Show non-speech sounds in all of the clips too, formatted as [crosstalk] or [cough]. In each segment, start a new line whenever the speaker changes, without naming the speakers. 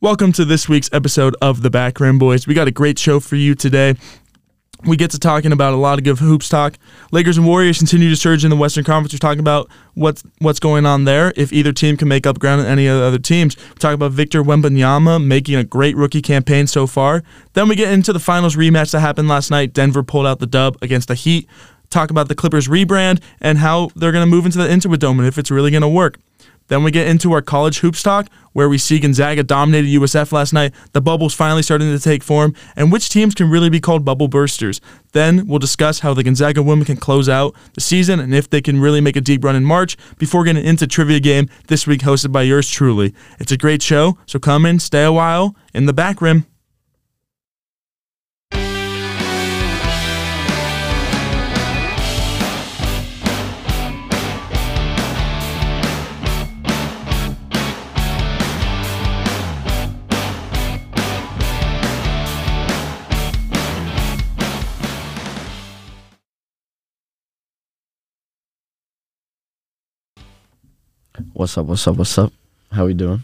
Welcome to this week's episode of the Backroom Boys. We got a great show for you today. We get to talking about a lot of good hoops talk. Lakers and Warriors continue to surge in the Western Conference. We're talking about what's what's going on there. If either team can make up ground on any of the other teams, we talk about Victor Wembanyama making a great rookie campaign so far. Then we get into the finals rematch that happened last night. Denver pulled out the dub against the Heat. Talk about the Clippers rebrand and how they're going to move into the Intuit Dome and if it's really going to work. Then we get into our college hoops talk, where we see Gonzaga dominated USF last night. The bubble's finally starting to take form, and which teams can really be called bubble bursters. Then we'll discuss how the Gonzaga women can close out the season and if they can really make a deep run in March before getting into trivia game this week, hosted by yours truly. It's a great show, so come in, stay a while in the back rim.
What's up? What's up? What's up? How we doing?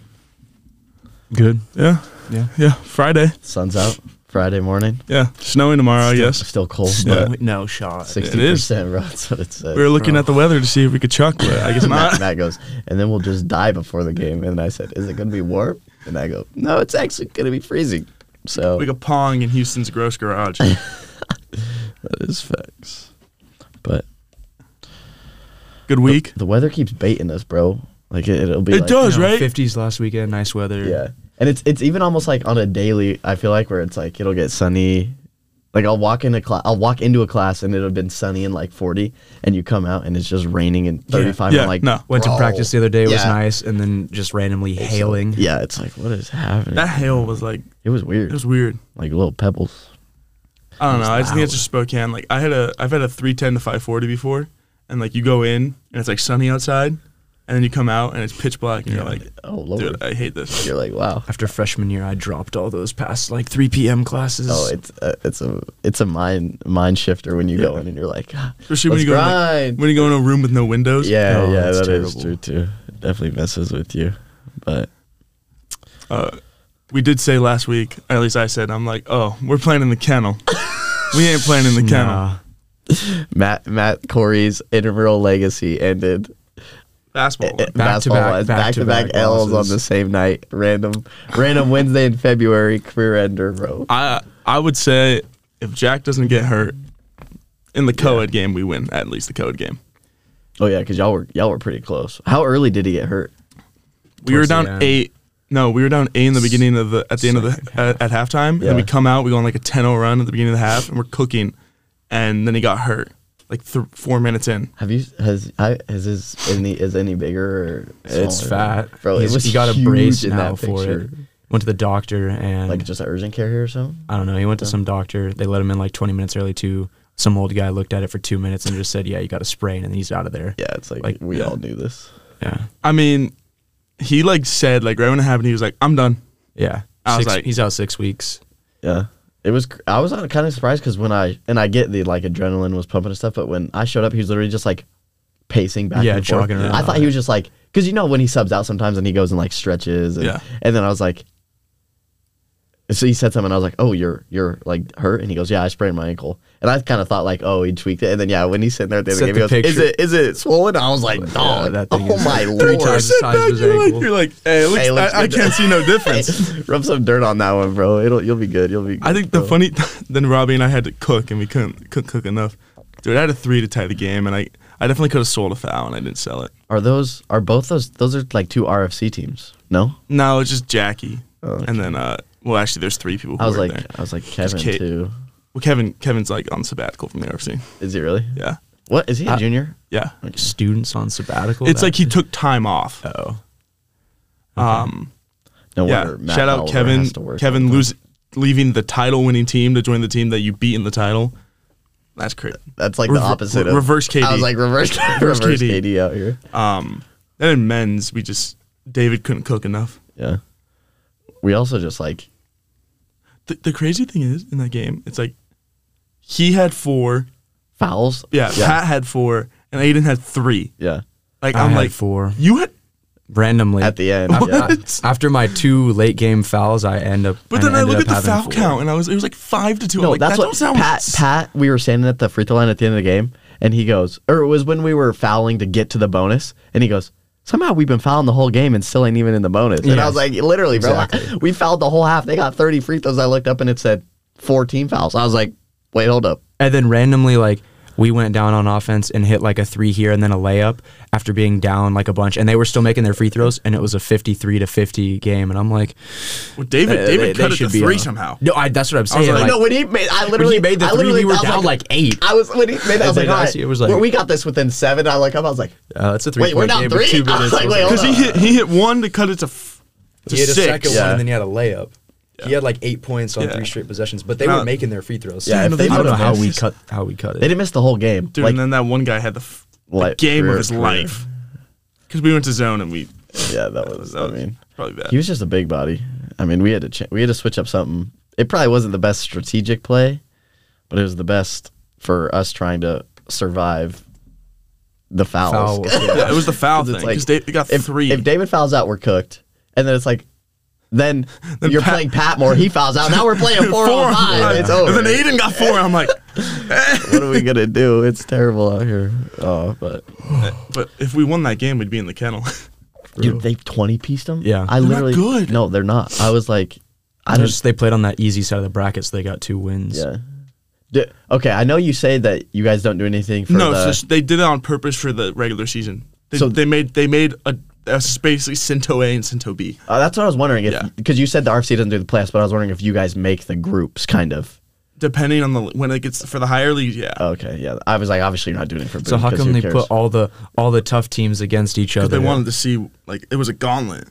Good.
Yeah,
Yeah.
yeah. Friday,
Sun's out. Friday morning.
yeah. Snowing tomorrow, I
Still-
guess.
Still cold.
Oh, Yeah.
No, no shot.
Sixty
is.
percent, bro. That's what it says.
We were
[laughs]
looking
bro.
at the weather to see if we could chuck, but I guess [laughs]
Matt,
not.
Matt goes, and then we'll just die before the game. And I said, "Is it gonna be warm?" And I go, "No, it's actually gonna be freezing." So
Like a pong in Houston's gross garage.
that is facts. But
Good week.
the weather keeps baiting us, bro. Like it, will be.
It
like-
does. Us, right?
50s last weekend, nice weather.
Yeah, and it's it's even almost like on a daily. I feel like where it's like it'll get sunny. Like I'll walk into class, I'll walk into a class and it'll have been sunny and like forty, and you come out and it's just raining and thirty five.
Yeah,
I'm like,
no.
Went
"Bro."
to practice the other day, it was
Yeah.
nice, and then just randomly
It's-
hailing.
Yeah, it's like what is happening?
That hail was like
it was
it
weird,
was weird.
like little pebbles.
I don't know. I just think it's
loud.
just Spokane. Like I had a I've had a three ten to five forty before, and like you go in and it's like sunny outside, and then you come out and it's pitch black and you're like,
Oh lord,
dude, I hate this.
you're like wow.
After freshman year, I dropped all those past like 3 p.m. classes.
Oh, it's a, it's a it's a mind mind shifter when you go in and you're like, "Ah,
Especially when
let's
you go in, like,
grind.
when you go in a room with no windows.
yeah,
Oh,
yeah,
that's
that is true
terrible.
too. It definitely messes with you, but
Uh, we did say last week, or at least I said, I'm like, oh, we're playing in the
[laughs]
kennel. we ain't playing in the kennel.
Nah.
Matt Matt Corey's intramural legacy ended
Basketball.
back,
one.
Back to back-
basketball-wise,
back
back
to
to back
back
L's on
losses.
the same night. Random random Wednesday in February career ender, bro.
I I would say if Jack doesn't get hurt in the co-ed game, we win at least the co-ed game.
Oh yeah, because y'all were y'all were pretty close. How early did he get hurt?
we were
Towards the
down
end.
eight. No, we were down eight in the beginning of the at the end of the at, at halftime, and
Yeah.
we come out. We go on like a 10-0 run at the beginning of the half, and we're cooking. And then he got hurt like th- four minutes in.
Have you has I, has his any is any bigger? Or
It's
smaller?
fat.
bro.
He's-
it was
he got a
huge
brace
in
now
that
for
picture.
it. Went to the doctor, and
Like just an urgent care here or something.
I don't know, he went to some doctor. They let him in like 20 minutes early, too. Some old guy looked at it for two minutes and just said, Yeah, you got a sprain, and then he's out of there.
Yeah, it's like,
Like,
we
yeah.
all knew this.
Yeah.
I mean, he like said like right when it happened, he was like, "I'm done."
Yeah.
I was
Six-
like-
he's out six weeks.
Yeah. It was. cr- I was kind of surprised because when I and I get the like adrenaline was pumping and stuff, but when I showed up, he was literally just like pacing back.
Yeah,
and forth.
jogging around.
I thought he was just like because you know when he subs out sometimes and he goes and like stretches. And,
Yeah.
And then I was like, so he said something. I was like, oh, you're you're like hurt, and he goes, yeah, I sprained my ankle. And I kind of thought like, oh, he tweaked it. And then yeah, when he's sitting there at the end of the
Sent
game, he goes,
the
is it
picture.
is it swollen? I was like, dog,
that thing
oh
is
my
three
lord,
[laughs]
times the size of his
you're, like,
ankle.
you're like, "Hey, it looks,
[laughs] Hey, it looks
I, I
good."
can't see no difference."
[laughs]
Rub some dirt on that one, bro. It'll you'll be good. You'll be.
I think
bro.
the funny [laughs] then Robbie and I had to cook and we couldn't cook cook enough. Dude, I had a three to tie the game, and I I definitely could have sold a foul, and I didn't sell it.
Are those are both those those are like two RFC teams? No,
No, it's just Jackie,
Oh, okay.
and then uh, well, actually, there's three people. Who
I was
were
like uh,
there.
I was like Kevin
Kate.
too.
Well, Kevin, Kevin's like on sabbatical from the RFC.
Is he really?
Yeah,
What is he a
Uh,
junior?
yeah.
Students on sabbatical.
it's
that-
like he took time off.
Oh.
Um,
No
yeah.
wonder. Matt
Shout out
Oliver
Kevin.
has to work
Kevin
with him.
lose, leaving the title-winning team to join the team that you beat in the title. That's crazy.
That's like
Rever-
the opposite of
reverse KD.
I was like reverse
[laughs] Reverse
reverse
KD.
KD. out here.
Um, and in men's, we just David couldn't cook enough.
Yeah. We also just like
The, the crazy thing is in that game, it's like he had four.
fouls.
Yeah,
Yeah.
Pat had four, and Aiden had three.
yeah.
Like
I
I'm
had
like
four.
You had
randomly
at the end.
[laughs] What?
Yeah.
uh, After my two late game fouls, I end up.
But then I
ended
look
up
at the
having
foul
four.
count, and I was it was like five to two. I'm
No,
like,
that's
that
what
don't sound
Pat.
s-
Pat, we were standing at the free throw line at the end of the game, and he goes, or it was when we were fouling to get to the bonus, and he goes, somehow we've been fouling the whole game and still ain't even in the bonus. And I
Yes.
was like, literally, bro,
Exactly.
we fouled the whole half. They got thirty free throws. I looked up and it said fourteen fouls. I was like, wait, hold up.
And then randomly, like we went down on offense and hit like a three here and then a layup after being down like a bunch, and they were still making their free throws, and it was a fifty-three to fifty game, and I'm like,
Well, David,
eh,
David cut
they- they
it to
should be
three
up.
somehow.
No, I, that's what I'm saying.
like,
like,
no, when he made, I
when
literally
he made the
I
three,
literally
we were
I was
down like, eight.
[laughs]
I was when he made that, I was
And
like,
then
all
I
right,
see it was like-
we got this within seven. I like, I was like,
Uh, that's a three.
wait, we're down
game
three.
with two
[laughs]
I was
minutes.
like,
I was
wait, hold
Because
on.
he hit he hit one to cut it to, f- to
He had a
six.
second
Yeah.
one and then he had a layup. He had like eight points on
Yeah.
three straight possessions, but they
Now-
were making their free throws.
Yeah, if they
I don't
would've
know how we
missed-
cut how we cut
they
it.
didn't miss the whole game,
dude.
Like,
and then that one guy had the, f- the
Like,
game of
career-
his
career.
life because we went to zone and we.
yeah, that
That
was.
was,
I mean,
probably bad.
He was just a big body. I mean, we had to ch- we had to switch up something. It probably wasn't the best strategic play, but it was the best for us trying to survive the fouls.
Foul.
yeah, it was the foul
[laughs] 'Cause
thing
it's like,
because David got
if,
three.
if David fouls out, we're cooked. And then it's like,
[laughs]
then, you're
Pat-
playing Pat Moore. He fouls out. Now we're
[laughs]
playing four, on five. It's over.
And then Aiden got four. I'm like, [laughs]
what are we gonna do? It's terrible out here. Oh, but
but if we won that game, we'd be in the kennel. [laughs]
dude, they twenty pieced them.
Yeah.
I
not
literally
good.
No, they're not. I was like, I
I
don't.
just they played on that easy side of the bracket, so they got two wins.
Yeah. D okay, I know you say that you guys don't do anything for
no,
the.
so sh- they did it on purpose for the regular season. They,
So-
they made they made a, a s- basically Cinto A and Cinto B.
Uh, that's what I was wondering if
Yeah.
because you said the RFC doesn't do the playoffs, but I was wondering if you guys make the groups kind of.
Depending on the when it gets for the higher leagues, yeah.
Okay, yeah. I was like, obviously you're not doing it for.
So
Boone,
how
'cause
come
who
they
cares?
put all the all the tough teams against each other?
Because they wanted to see like it was a gauntlet,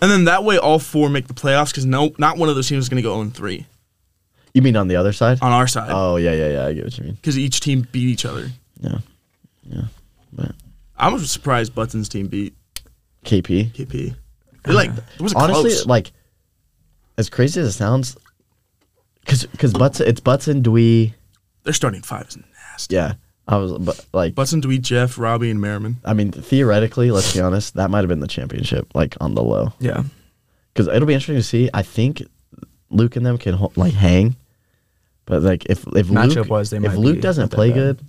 and then that way all four make the playoffs because no, not one of those teams is going to go 0 three
You mean on the other side?
on our side
oh yeah, yeah, yeah. I get what you mean.
because each team beat each other.
Yeah,
I was surprised Button's team beat
KP.
KP. They like it was
Uh-huh. Honestly,
close.
like as crazy as it sounds, because because Butts it's Butts and Dwee.
Their starting five is nasty.
Yeah, I was but like
Button, Dewey, Jeff, Robbie, and Merriman.
I mean theoretically, let's be honest, that might have been the championship like on the low.
yeah.
because it'll be interesting to see. I think Luke and them can ho- like hang, but like if if Luke
Matchup-wise, they
if
might
Luke
be
doesn't
not that
play
bad.
good,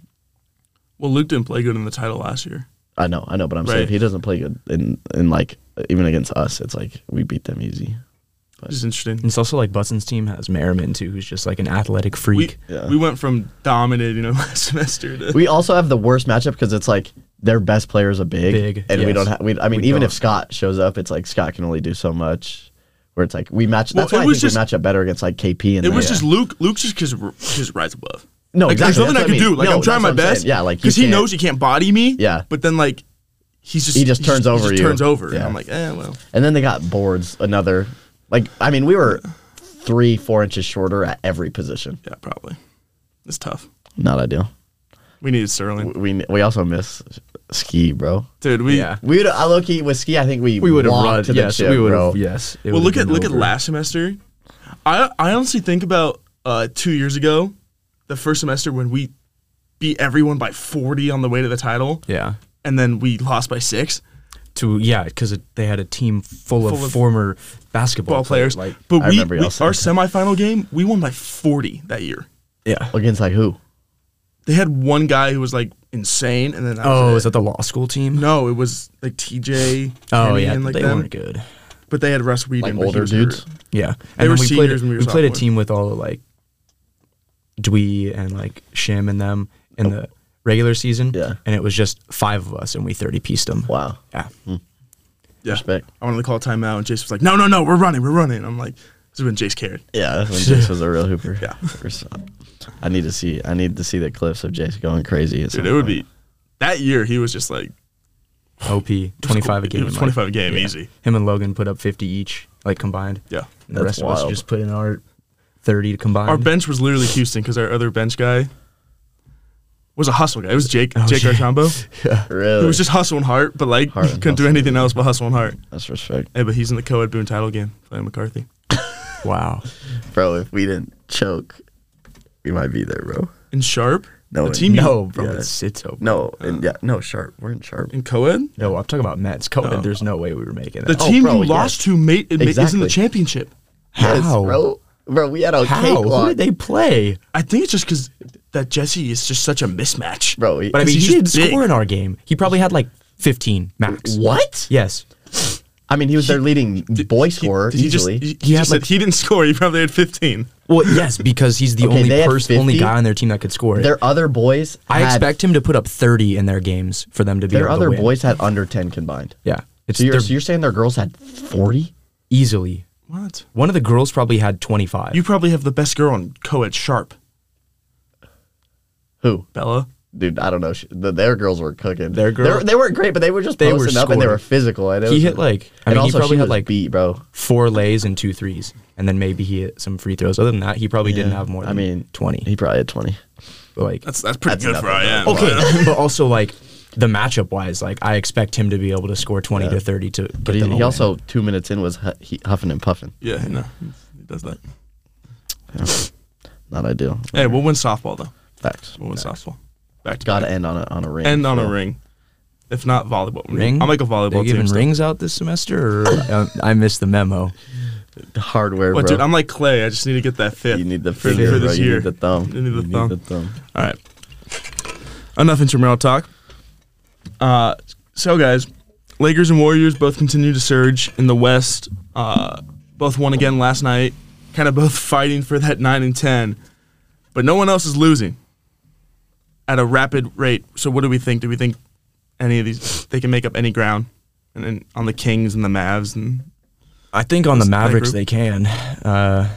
Well, Luke didn't play good in the title last year.
I know, I know, but I'm saying
Right.
if he doesn't play good in in like even against us, it's like we beat them easy.
Which is interesting.
And it's also like Butson's team has Merriman too, who's just like an athletic
We,
freak.
Yeah.
we went from dominating it [laughs] last semester to
We also have the worst matchup because it's like their best players are big,
Big,
and we
yes.
don't have. We I mean,
We
even
don't.
if Scott shows up, it's like Scott can only do so much. Where it's like we match.
Well,
That's
it
why I
was
think
just-
we match up better against like KP and
It
them.
was just Luke. Luke just because just rise above.
No,
like,
exactly,
There's nothing
that's
I
what
can
I mean.
do. Like
No,
I'm trying
that's
my
what I'm saying.
best.
Yeah, like, you
because he
can't-
knows you can't body me.
Yeah.
but then like he's just
He just turns
he
over
just
you.
Turns over. And
Yeah.
I'm like, eh, well.
And then they got boards. Another, like I mean, we were three, four inches shorter at every position.
Yeah, probably. It's tough.
Not ideal.
We needed Sterling,
We we also miss ski, bro.
dude. We
Yeah.
We would uh, low key with ski. I think we
We would have
walked
run.
to the
yes,
gym,
we would
bro.
have. Yes. it
well
would've
look at
been
look at
over.
last semester. I I honestly think about uh, two years ago, the first semester when we beat everyone by 40 on the way to the title,
Yeah.
and then we lost by six.
To yeah, because they had a team full,
Full
of,
of
former basketball
Ball players,
Like
but
I
we,
remember
we
y'all
our
saying
semifinal game we won by 40 that year.
yeah.
Against like who?
They had one guy who was like insane, and then that was
Oh,
it.
is that the law school team?
No, it was like TJ.
Oh
Kenny,
yeah,
and like
they
them.
weren't good.
But they had Russ Whedon,
Like
but he
older
was hurt.
dudes?
Yeah,
They
and
were
then we played,
seniors when we were
played a
sophomores.
team with all like Dwee and like Shim and them
Oh.
in the regular season.
Yeah.
and it was just five of us, and we thirty pieced them.
Wow.
Yeah,
Hmm. Yeah.
Respect.
I wanted to call timeout, and Jace was like, "No, no, no, we're running, we're running." I'm like, "This is when Jace cared."
Yeah, [laughs] that's when Jace was a real hooper.
Yeah.
I need to see. I need to see the clips of Jace going crazy.
Dude,
at some
it would
point.
be that year. He was just like
OP twenty five a
It
game.
was
like,
25 a game,
yeah.
easy.
Him and Logan put up fifty each, like combined.
Yeah.
and the
That's
rest of
wild.
us just put in our thirty to combine.
Our bench was literally Houston because our other bench guy was a hustle guy. It was Jake Jake
yeah.
Archambo.
really.
He was just hustling hard, but like
Hart and
couldn't do
hustle.
anything else but hustle and hard.
that's respect,
Hey, but he's in the co-ed Boone title game playing McCarthy.
wow,
bro. If we didn't choke, we might be there, bro.
And Sharp,
No,
The team you-
No, bro,
yeah.
it's it's over.
no, and yeah, no sharp. We're in sharp.
in co-ed.
No, I'm talking about Mets. COVID. There's no way we were making
The
that.
team
bro,
you
yes.
lost to mate it ma- is in the
Oh, Exactly.
championship.
Yes,
How?
bro? Bro, we had a
How? Who
cakewalk.
did they play?
I think it's just because that Jesse is just such a mismatch.
Bro, he-
But I mean,
he's
he didn't
just big.
score in our game. He probably had like 15 max.
What?
Yes.
I mean, he was their leading boy scorer
He just,
easily.
he, he just said he didn't score. He probably had 15.
Well, yes, because he's the
Okay, they
only
had
person, only
50.
guy on their team that could score it.
their other boys.
I
had-
expect him to put up 30 in their games for them to be
their
able to
other
win.
boys had under ten combined.
Yeah, it's
So you're,
they're
so you're saying their girls had forty?
easily.
What?
One of the girls probably had 25.
You probably have the best girl in co-ed sharp,
Who?
Bella.
Dude, I don't know. She- The, their girls were cooking.
Their
They
girl-
were- they weren't great, but they were just
They were
posting up and they
scoring.
were physical. And it
he
was-
hit like I
and
mean, he
also
probably
she
had
was
like
beat, bro.
four lays and two threes, and then maybe he hit some free throws. Other than that, he probably didn't
Yeah.
have more. Than
I mean,
20.
He probably had twenty.
like
That's that's pretty
That's
good for I am.
nothing.
[laughs] okay, but also like the matchup wise, like I expect him to be able to score 20 to 30 to. Get
But he,
them
he
a win.
also two minutes in was hu- he, huffing and puffing.
Yeah, no, he does that.
Not ideal.
Hey, we'll win softball though.
Facts.
We'll win softball. Back to
Got
back.
to end on a on a ring.
end on a
so.
ring. If not volleyball,
ring.
I'll make a volleyball
They're
team.
giving
still.
rings out this semester, or um, I missed the memo.
Hardware,
What,
bro.
dude? I'm like Clay. I just need to get that fifth.
you need the
for,
finger,
for
bro.
this
You
year.
need the thumb.
You need the thumb.
thumb.
All right. Enough intramural talk. Uh, so, guys, Lakers and Warriors both continue to surge in the West. Uh, both won again last night. Kind of both [laughs] fighting for that nine and ten, but no one else is losing at a rapid rate. So, what do we think? Do we think any of these they can make up any ground? And then on the Kings and the Mavs and
I think on the
This play
Mavericks
group?
they can. Uh,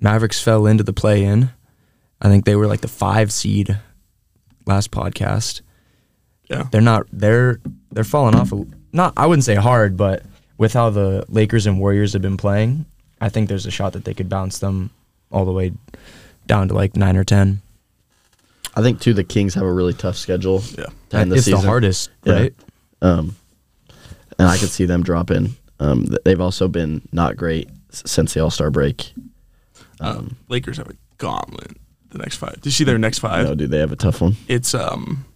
Mavericks fell into the play in. I think they were like the five seed last podcast.
yeah,
They're not. They're they're falling off. A, not I wouldn't say hard, but with how the Lakers and Warriors have been playing, I think there's a shot that they could bounce them all the way down to like nine or ten.
I think too. The Kings have a really tough schedule.
Yeah.
to end
it's the
season.
hardest,
Yeah.
right?
Um, and I could see them dropping. Um, th- they've also been not great s- since the All Star break.
um, Lakers have a gauntlet. The next five. Did you see their next
I
five?
know, dude. They have a tough one.
It's um.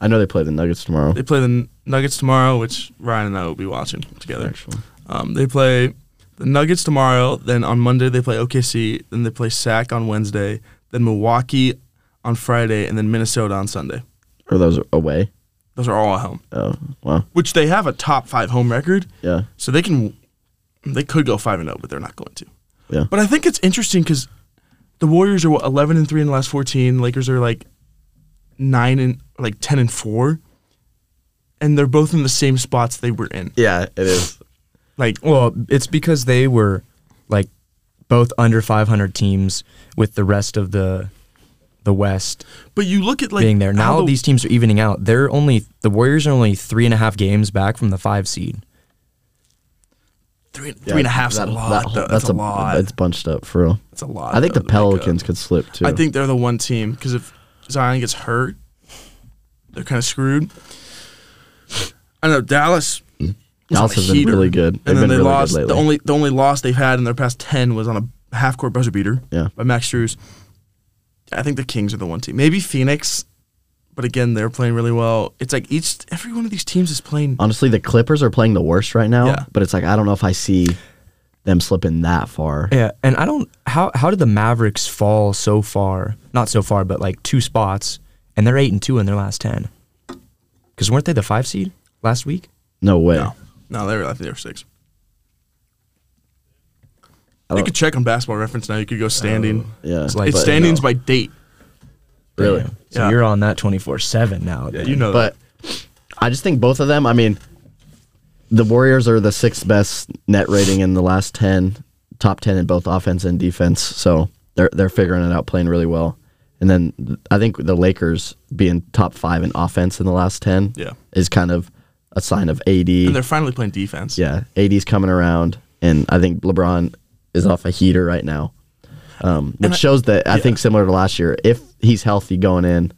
I know they play the Nuggets tomorrow.
They play the Nuggets tomorrow, which Ryan and I will be watching together.
Actually,
Um, they play the Nuggets tomorrow. Then on Monday they play OKC. Then they play Sac on Wednesday. Then Milwaukee on Friday, and then Minnesota on Sunday.
or those are away.
Those are all at home,
Oh wow,
which they have a top five home record,
yeah,
so they can they could go five and zero, but they're not going to.
yeah.
But I think it's interesting because the Warriors are what eleven and three in the last fourteen. Lakers are like nine and like ten and four, and they're both in the same spots they were in.
Yeah, it is.
Like
Well, it's because they were like both under 500 teams with the rest of the the West
But you look at like
being there.
how
Now
the-
these teams are evening out. They're only the Warriors are only three and a half games back from the five seed.
three, three and a half's
That-
a lot.
that-
though. That's, a, lot.
It's
That's,
bunched up for real.
a lot.
I think
though,
the
to make up.
Pelicans could slip too.
I think they're the one team because if Zion gets hurt, they're kind of screwed. I know Dallas. was
Hmm. Dallas
on a
has been
heater,
really good. They've
and then
been
they
really good
lost. The
lately.
only the only loss they've had in their past ten was on a half court buzzer beater.
Yeah.
by Max Drews. I think the Kings are the one team. Maybe Phoenix, but again they're playing really well. It's like each every one of these teams is playing.
honestly, the Clippers are playing the worst right now.
Yeah.
But it's like I don't know if I see them slipping that far.
Yeah, and I don't how how did the Mavericks fall so far? Not so far, but like two spots, and they're eight and two in their last ten. Because weren't they the five seed last week?
No way.
No, no, they were. I think they were six.
I
You
don't- Oh,
could check on Basketball Reference now. You could go standing.
Yeah,
It's like-
it's
but
standings by date.
Really?
Damn. So
Yeah.
you're on that 24 seven now.
Yeah,
then.
you know
But I just think both of them. I mean, the Warriors are the sixth best net rating in the last ten, top ten in both offense and defense. So they're they're figuring it out, playing really well. And then th- I think the Lakers being top five in offense in the last ten
Yeah.
is kind of a sign of AD.
that. And they're finally playing defense.
yeah, AD's coming around, and I think LeBron is off a heater right now, um, which
I-
shows that I think similar to last year, if he's healthy going in,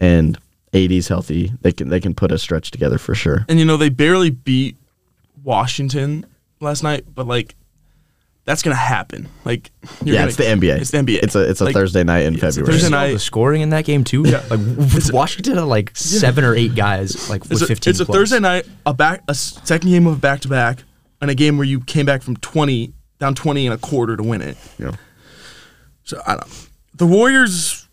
and AD's healthy, they can they can put a stretch together for sure.
And you know they barely beat Washington last night, but like that's gonna happen. Like you're
yeah,
gonna-
it's the NBA.
It's the NBA.
It's a it's a
Like,
Thursday night in
it's a
February.
Thursday
There's
night-
the scoring in that game too.
Yeah.
Like with Washington had like seven or eight guys like
It's
with
a,
15
it's a
plus.
Thursday night, a back a s- second game of back to back, and a game where you came back from twenty down twenty and a quarter to win it.
Yeah.
So I don't. The Warriors,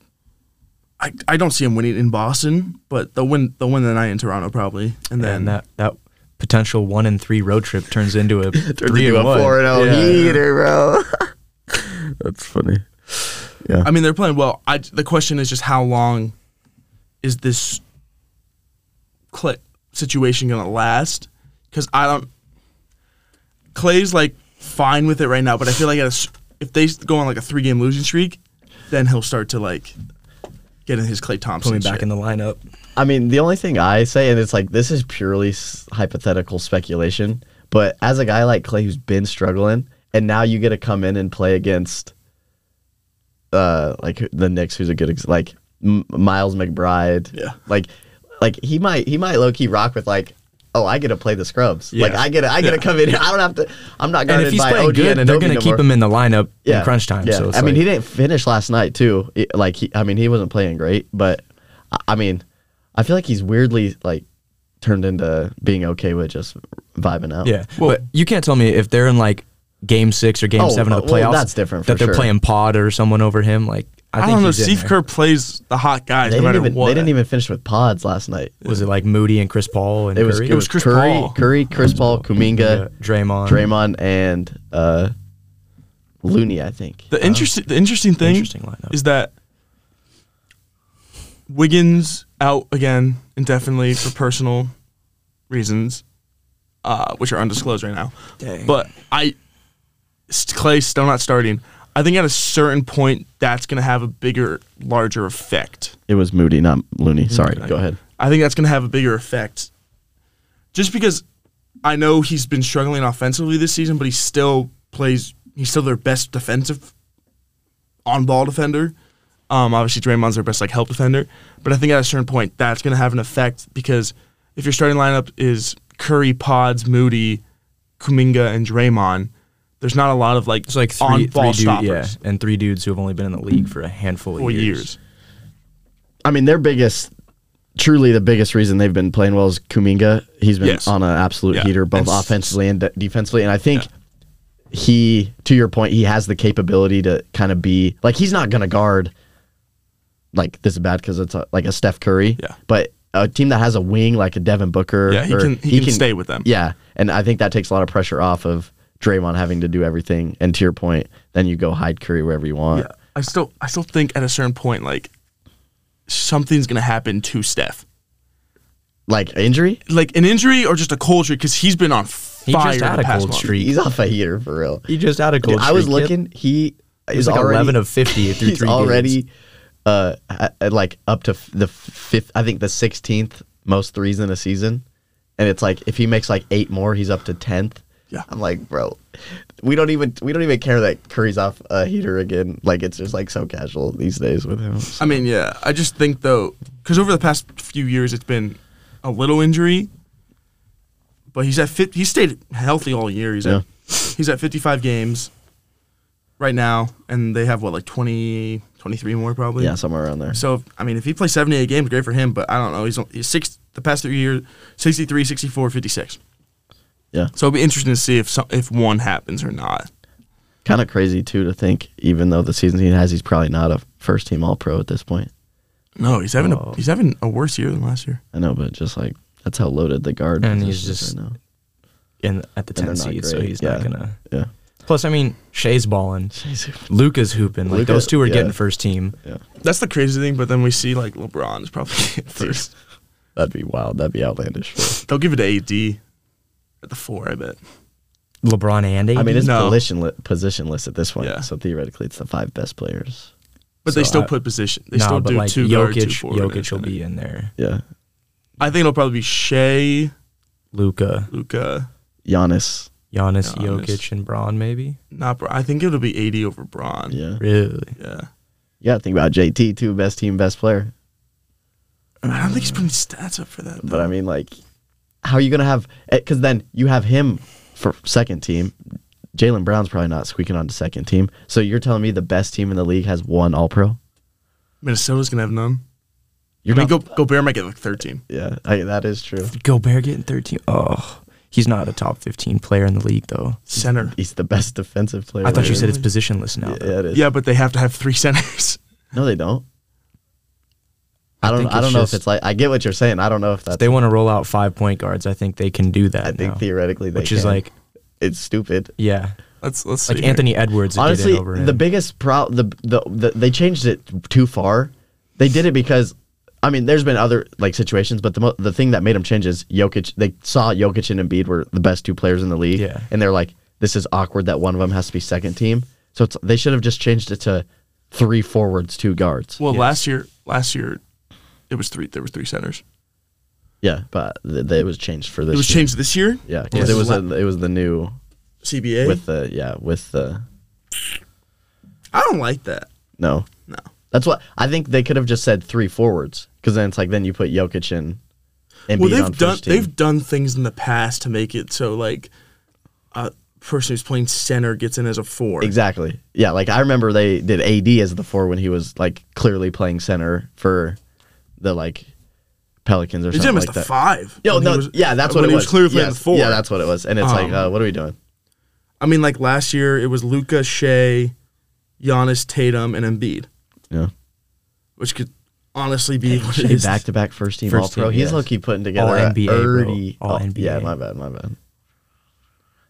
I, I don't see them winning in Boston, but they'll win they'll win the night in Toronto probably, and then
and uh, that that potential one and three road trip turns into
[laughs]
a
Turns
three
into
and
a
one.
four and oh heater, bro. That's funny. Yeah.
I mean they're playing well. I the question is just how long is this Clay situation gonna last? Because I don't. Clay's like fine with it right now, but I feel like at a s if they go on like a three game losing streak, then he'll start to like get in his Clay Thompson.
Put me back
shit.
in the lineup.
I mean, the only thing I say, and it's like this is purely s- hypothetical speculation, but as a guy like Clay who's been struggling, and now you get to come in and play against, uh, like who- the Knicks, who's a good ex- like M- Miles McBride,
Yeah.
like, like he might he might low key rock with like. Oh, I get to play the scrubs. Like
Yeah.
I get, to, I get to come in. here. I don't have to. I'm not
And
guarded
if he's
by
playing
OG
good,
and
they're
Anunoby
going
no
to keep
more.
him in the lineup in crunch time. So it's
I mean,
like-
he didn't finish last night too. It- like he, I mean, he wasn't playing great, but I- I mean, I feel like he's weirdly like turned into being okay with just vibing out.
Yeah. but you can't tell me if they're in like game six or game
Oh,
seven of the
well,
playoffs.
that's different for
that they're
sure.
playing Pod or someone over him. Like I,
I,
think
don't know.
he's in
Steve
there.
Kerr plays the hot guys
they
no
didn't
matter
even
what.
they didn't even finish with pods last night.
Was it like Moody and Chris Paul and
It was
Curry?
it was
Chris
Curry,
Paul.
Curry, Chris Paul,
Yeah,
Kuminga,
Draymond.
Draymond, and uh, Looney. I think.
The interesting the interesting thing
Um, Interesting lineup.
is that Wiggins out again indefinitely for personal reasons, uh, which are undisclosed right now.
Dang.
But I st- Clay's still not starting. I think at a certain point that's going to have a bigger, larger effect.
It was Moody, not Looney. Sorry. Go ahead.
I think that's going to have a bigger effect. Just because I know he's been struggling offensively this season, but he still plays. He's still their best defensive on-ball defender. Um, obviously, Draymond's their best like help defender, but I think at a certain point that's going to have an effect because if your starting lineup is Curry, Pods, Moody, Kuminga, and Draymond, there's not a lot of like
It's like three,
on-ball
three dude, yeah,
stoppers
and three dudes who have only been in the league for a handful of
for
years.
years.
I mean, their biggest, truly the biggest reason they've been playing well is Kuminga. He's been
Yes.
on an absolute
Yeah.
heater, both
And s-
offensively and de- defensively. And I think he, to your point, he has the capability to kind of be like he's not going to guard like this is bad because it's a, like a Steph Curry.
Yeah.
But a team that has a wing like a Devin Booker,
Yeah, he
or-
can- he can stay with them.
Yeah, and I think that takes a lot of pressure off of Draymond having to do everything. And to your point, then you go hide Curry wherever you want.
Yeah, I still I still think at a certain point like something's gonna happen to Steph,
Like injury,
like an injury or just a cold streak because he's been on
He
fire.
just had
the
a
past
cold
month.
streak.
he's off a heater for real.
He just had a cold
Dude,
streak.
I was
He-
looking. He
He was
is
like
already,
eleven of
[laughs]
fifty through
he's
three. games.
already uh at- at, like up to f- the fifth. I think the sixteenth most threes in a season, and it's like if he makes like eight more, he's up to tenth.
Yeah.
I'm like, bro, we don't even we don't even care that Curry's off a heater again. Like it's just like so casual these days with him.
I mean, yeah, I just think though because over the past few years it's been a little injury, but he's at fit. He stayed healthy all year. He's at he's at fifty five games right now, and they have what like 20, 23 more probably.
Yeah, somewhere around there.
So, if- I mean, if he plays 78 games, great for him, but I don't know. He's, he's six the past three years 63, 64, 56.
Yeah.
So it'll be interesting to see if some, if one happens or not.
Kind of crazy too to think, even though the season he has, he's probably not a first team All Pro at this point.
No, he's having
Oh.
a, he's having a worse year than last year.
I know, but just like that's how loaded the guard
And he's
position is
just-
right now.
in at the
And they're
ten
not
seed, so
great.
he's
Yeah.
not gonna.
Yeah.
Plus, I mean, Shea's balling,
Jeez.
Luca's hooping. Like
Luka-
those two are
yeah.
getting first team.
That's the crazy thing, but then we see like LeBron is [laughs] probably first.
That'd be wild. That'd be outlandish.
They'll give it to AD at the four, I bet.
LeBron and AD.
I mean, it's
No.
positionless, positionless at this point.
Yeah.
So theoretically, it's the five best players.
But they
So
still
I-
put position. They
Nah,
still
but
do
like
two
Jokic,
guard, two forward. and
Jokic will
center.
be in there.
Yeah,
I think it'll probably be Shea,
Luca,
Luca,
Giannis.
Giannis,
Giannis.
Jokic, and Braun maybe.
not. Bron. I think it'll be AD over Braun.
Yeah,
Really?
Yeah.
you gotta think about JT too. Best team, best player.
I, mean, I don't think he's putting stats up for that.
But
though.
I mean, eh, like, how are you gonna have? Because then you have him for second team, Jalen Brown's probably not squeaking onto second team. So you're telling me the best team in the league has one All Pro?
Minnesota's gonna have none.
You're
I mean,
not,
go go Bear might get like thirteen.
yeah, I, that is true.
Gobert getting 13. Oh, he's not a top 15 player in the league, though.
Center.
He's the best defensive player.
I thought you said
there is.
it's positionless now. though.
yeah, it is.
Yeah, but they have to have three [laughs] centers.
No, they don't. I don't.
think
I,
it's
don't know
just-
if it's like. I get what you're saying. I don't know if that's.
If they want to roll out five point guards, I think they can do that.
I think
now,
theoretically they
Which is
can.
like,
it's stupid.
yeah.
Let's let's see
Like
here.
Anthony Edwards. did it
Honestly,
over him.
the biggest pro the, the the they changed it too far. They did it because, I mean, there's been other like situations, but the mo- the thing that made them change is Jokic. They saw Jokic and Embiid were the best two players in the league,
Yeah.
and they're like, this is awkward that one of them has to be second team. So it's, they should have just changed it to three forwards, two guards.
Well, last year last year it was three. There was three centers.
yeah, but th- th- it was changed for this.
It was
year.
changed this year.
Yeah, because it was a, it was the new
CBA.
with the yeah with the
I don't like that.
no.
No.
That's what I think they could have just said three forwards because then it's like then you put Jokic in. and
well,
Embiid on
they've done
first team.
they've done things in the past to make it so like a person who's playing center gets in as a four.
exactly yeah. Like I remember they did AD as the four when he was like clearly playing center for the like Pelicans or
They did
something
him as
like
the
that.
five.
Yo,
when he
no,
was-
yeah, that's what
when
it
he
was.
was clearly playing
Yes.
the four.
Yeah, that's what it was. And it's like,
Um,
uh, what are we doing?
I mean, like last year, it was Luca, Shea, Giannis, Tatum, and Embiid,
Yeah,
which could honestly be what it
Shea
is.
back to back first team
First
All Pro.
team,
He's
yes.
low key putting together
All
a
NBA, bro.
early-
All
oh, Yeah,
NBA.
my bad, my bad.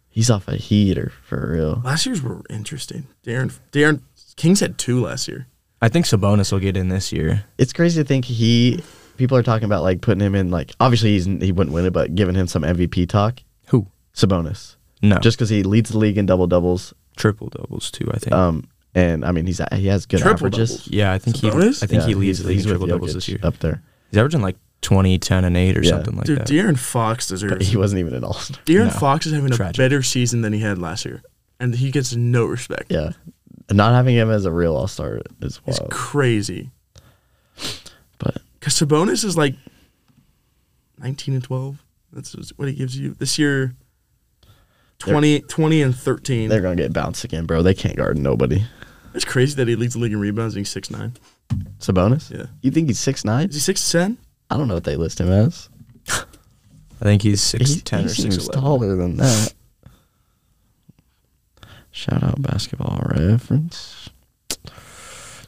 He's off a heater for real.
Last year's were interesting. Darren, Darren, Kings had two last year.
I think Sabonis will get in this year.
it's crazy to think he people are talking about like putting him in like obviously he's he wouldn't win it but giving him some MVP talk
Who?
Sabonis
No.
just because he leads the league in double doubles
triple doubles, too, I think.
um and I mean he's he has good
Triple
averages
doubles.
yeah, I think he I
Sabonis?
think he leads the league in
with
triple doubles
Jokic
this year.
up there
He's averaging like 20, 10, and 8 or
Yeah.
something like
Dude,
that.
De'Aaron Fox
but
deserves.
he wasn't even an All Star
De'Aaron
No.
Fox is having a
Tragic.
better season than he had last year, and he gets no respect.
yeah not having him as a real All Star is
it's
wild
crazy.
but
Because Sabonis is like 19 and 12. That's just what he gives you this year. 20, 20 and 13.
they're gonna get bounced again bro they can't guard nobody
It's crazy that he leads the league in rebounds and he's 6'9.
Sabonis
Yeah.
you think he's six nine
Is he 6'10?
I don't know what they list him as
I think he's 6'10
He's
or 6'11.
taller than that. Shout out basketball reference.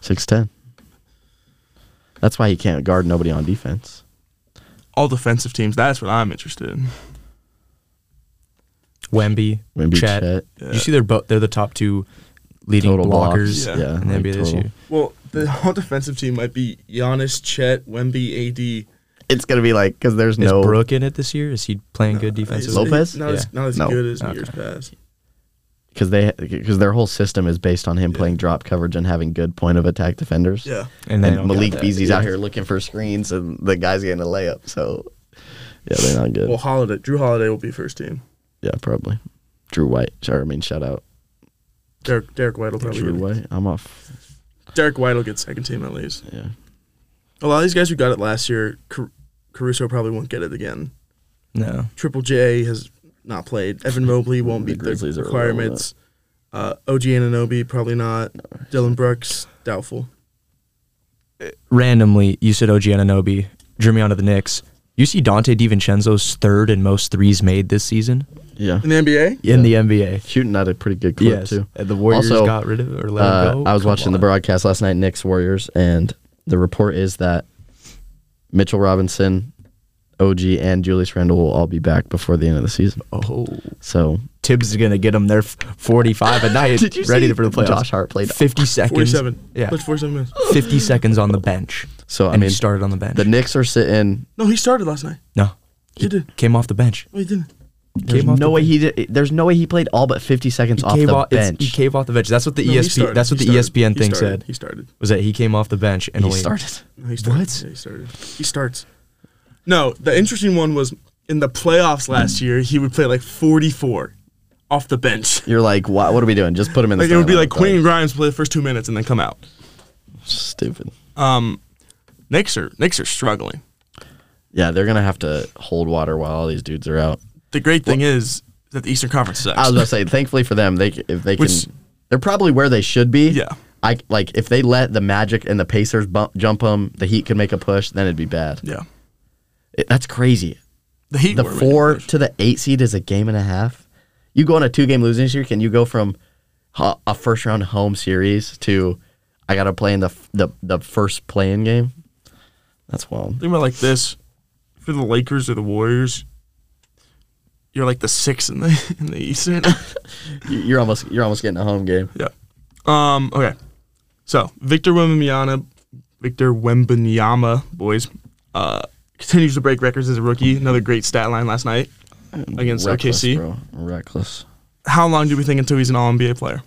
Six ten. That's why he can't guard nobody on defense.
All defensive teams. That's what I'm interested in.
Wemby,
Wemby,
Chet.
Chet.
Yeah.
You see, they're both they're the top two leading
Total blocks.
blockers
Yeah.
Yeah,
in the
like
NBA this
total.
year.
Well, the [laughs] whole defensive team might be Giannis, Chet, Wemby, AD.
It's gonna be like because there's
Is
no
Brooke in it this year? Is he playing good
He's-
defensively?
Lopez?
Not as,
Yeah.
not as
No.
good as in
Okay.
years past.
because they because their whole system is based on him
Yeah.
playing drop coverage and having good point of attack defenders.
Yeah.
And
And then
Malik
Malik.
Beasley's out here looking for screens, and the guy's getting a layup. So, yeah, they're not good.
Well, Holiday, Drew Holiday will be first team.
yeah, probably. Drew White. Sorry, I mean, shout out
Derek, Derek White will probably
Drew
get
White. I'm off.
Derek White will get second team at least.
Yeah.
A lot of these guys who got it last year, Car- Caruso probably won't get it again.
No.
Triple J has not played. Evan Mobley won't
The
meet the
Grizzlies are rolling
requirements. Uh, OG Ananobi probably not. Dylan Brooks doubtful.
Randomly, you said OG Ananobi drew me onto the Knicks. You see Dante DiVincenzo's third and most threes made this season
Yeah.
In the NBA,
in the NBA.
Shooting at a pretty good clip
Yes,
too.
and the Warriors
Also,
got rid of it or let
Uh,
him go.
I was
Come
watching the
on.
broadcast last night, Knicks Warriors, and the report is that Mitchell Robinson, OG, and Julius Randle will all be back before the end of the season.
Oh,
So
Tibbs is gonna get him there, forty-five at
[laughs]
night,
Did you
ready
see
for the playoffs.
Josh Hart played [laughs]
fifty seconds.
forty-seven.
Yeah,
Played forty-seven minutes.
fifty seconds on the bench.
So I
and
mean,
he started on the bench.
the Knicks are sitting.
No, he started last night.
no,
He did.
came off the bench.
No, he didn't.
There's
off
no
the
way he did. There's no way he played all but 50 seconds off
came
the
off, it's-
bench.
He came off the bench. That's what the
No, he
ESP.
started.
That's what
He
the E
started.
ESPN
He
thing
started.
said.
He started.
Was that he came off the bench and
He
only-
started.
No, he started.
What?
Yeah, he started. He starts. No, the interesting one was in the playoffs last year. He would play like forty-four off the bench.
You're like, what? What are we doing? Just put him in. the
Like it would be like
starting
Queen
lineup,
and Grimes play the first two minutes and then come out.
like, Stupid.
Um, Knicks are Knicks are struggling.
Yeah, they're gonna have to hold water while all these dudes are out.
The great thing is that the Eastern Conference sucks.
I was gonna say, thankfully for them, they c- if they
Which-
can, they're probably where they should be.
Yeah.
I like if they let the Magic and the Pacers bump, jump them, the Heat could make a push, then it'd be bad.
yeah,
It- that's crazy.
the Heat
The
were
four
ridiculous.
to the eight seed is a game and a half. You go on a two game losing streak, can you go from ho- a first round home series to I got to play in the f- the the first playing game? That's wild.
Think about it like this: for the Lakers or the Warriors, you're like the six in the [laughs] in the Eastern.
You- You're almost you're almost getting a home game.
yeah. Um. Okay. So Victor Wembanyama, Victor Wembanyama, boys, uh, continues to break records as a rookie. Another great stat line last night against
Reckless,
OKC.
bro. Reckless.
How long do we think until he's an All NBA player?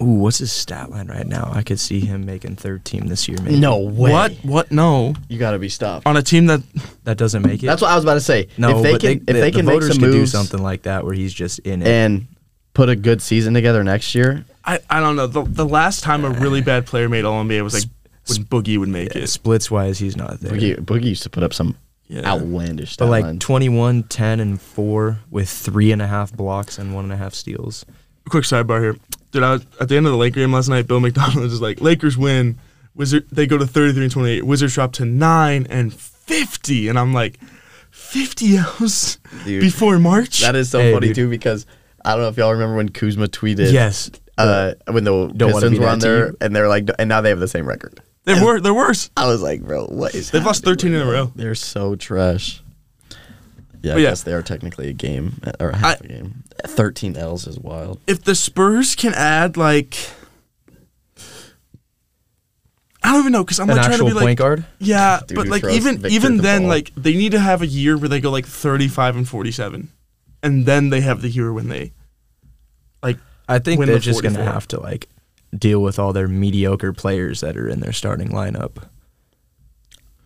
Ooh, what's his stat line right now? I could see him making third team this year. Maybe.
No way.
What? What? No.
You got to be stopped.
On a team that
that doesn't make it.
That's what I was about to say.
no,
if they
but
can,
they,
if they
the
can make
voters
some
could do
moves
something like that where he's just in it.
and put a good season together next year,
I, I don't know. The, the last time a really bad player made All NBA was like when Boogie would make it.
Splits wise, he's not there.
Boogie, Boogie used to put up some
Yeah.
outlandish
But
stat
like
lines.
21, 10, and 4 with three and a half blocks and one and a half steals.
Quick sidebar here, dude. I was, at the end of the Laker game last night, Bill McDonald was just like, "Lakers win. Wizard. They go to thirty three and twenty eight. Wizards drop to nine and fifty, and I'm like, fifty L's
Dude.
before March.
that is so
Hey,
funny
dude.
too because I don't know if y'all remember when Kuzma tweeted.
Yes.
Uh, when the
wanna be
Pistons were
that
on there,
team.
and they're like, and now they have the same record.
they're wor- they're worse.
I was like, bro, what is?
They've lost 13
happening
in
right
a
now?
row.
They're so trash. Yeah, I
But yeah.
guess they are technically a game uh, or half a game. Thirteen L's is wild.
If the Spurs can add like, I don't even know because I'm
An
like trying to
actual
be
point
like,
guard?
Yeah,
Dude,
but
who
like
throws
even
Victor
even
the
then,
ball?
like they need to have a year where they go like thirty five and forty seven, and then they have the year when they, like,
I think
win
they're
the
just going to
44.
have to like deal with all their mediocre players that are in their starting lineup.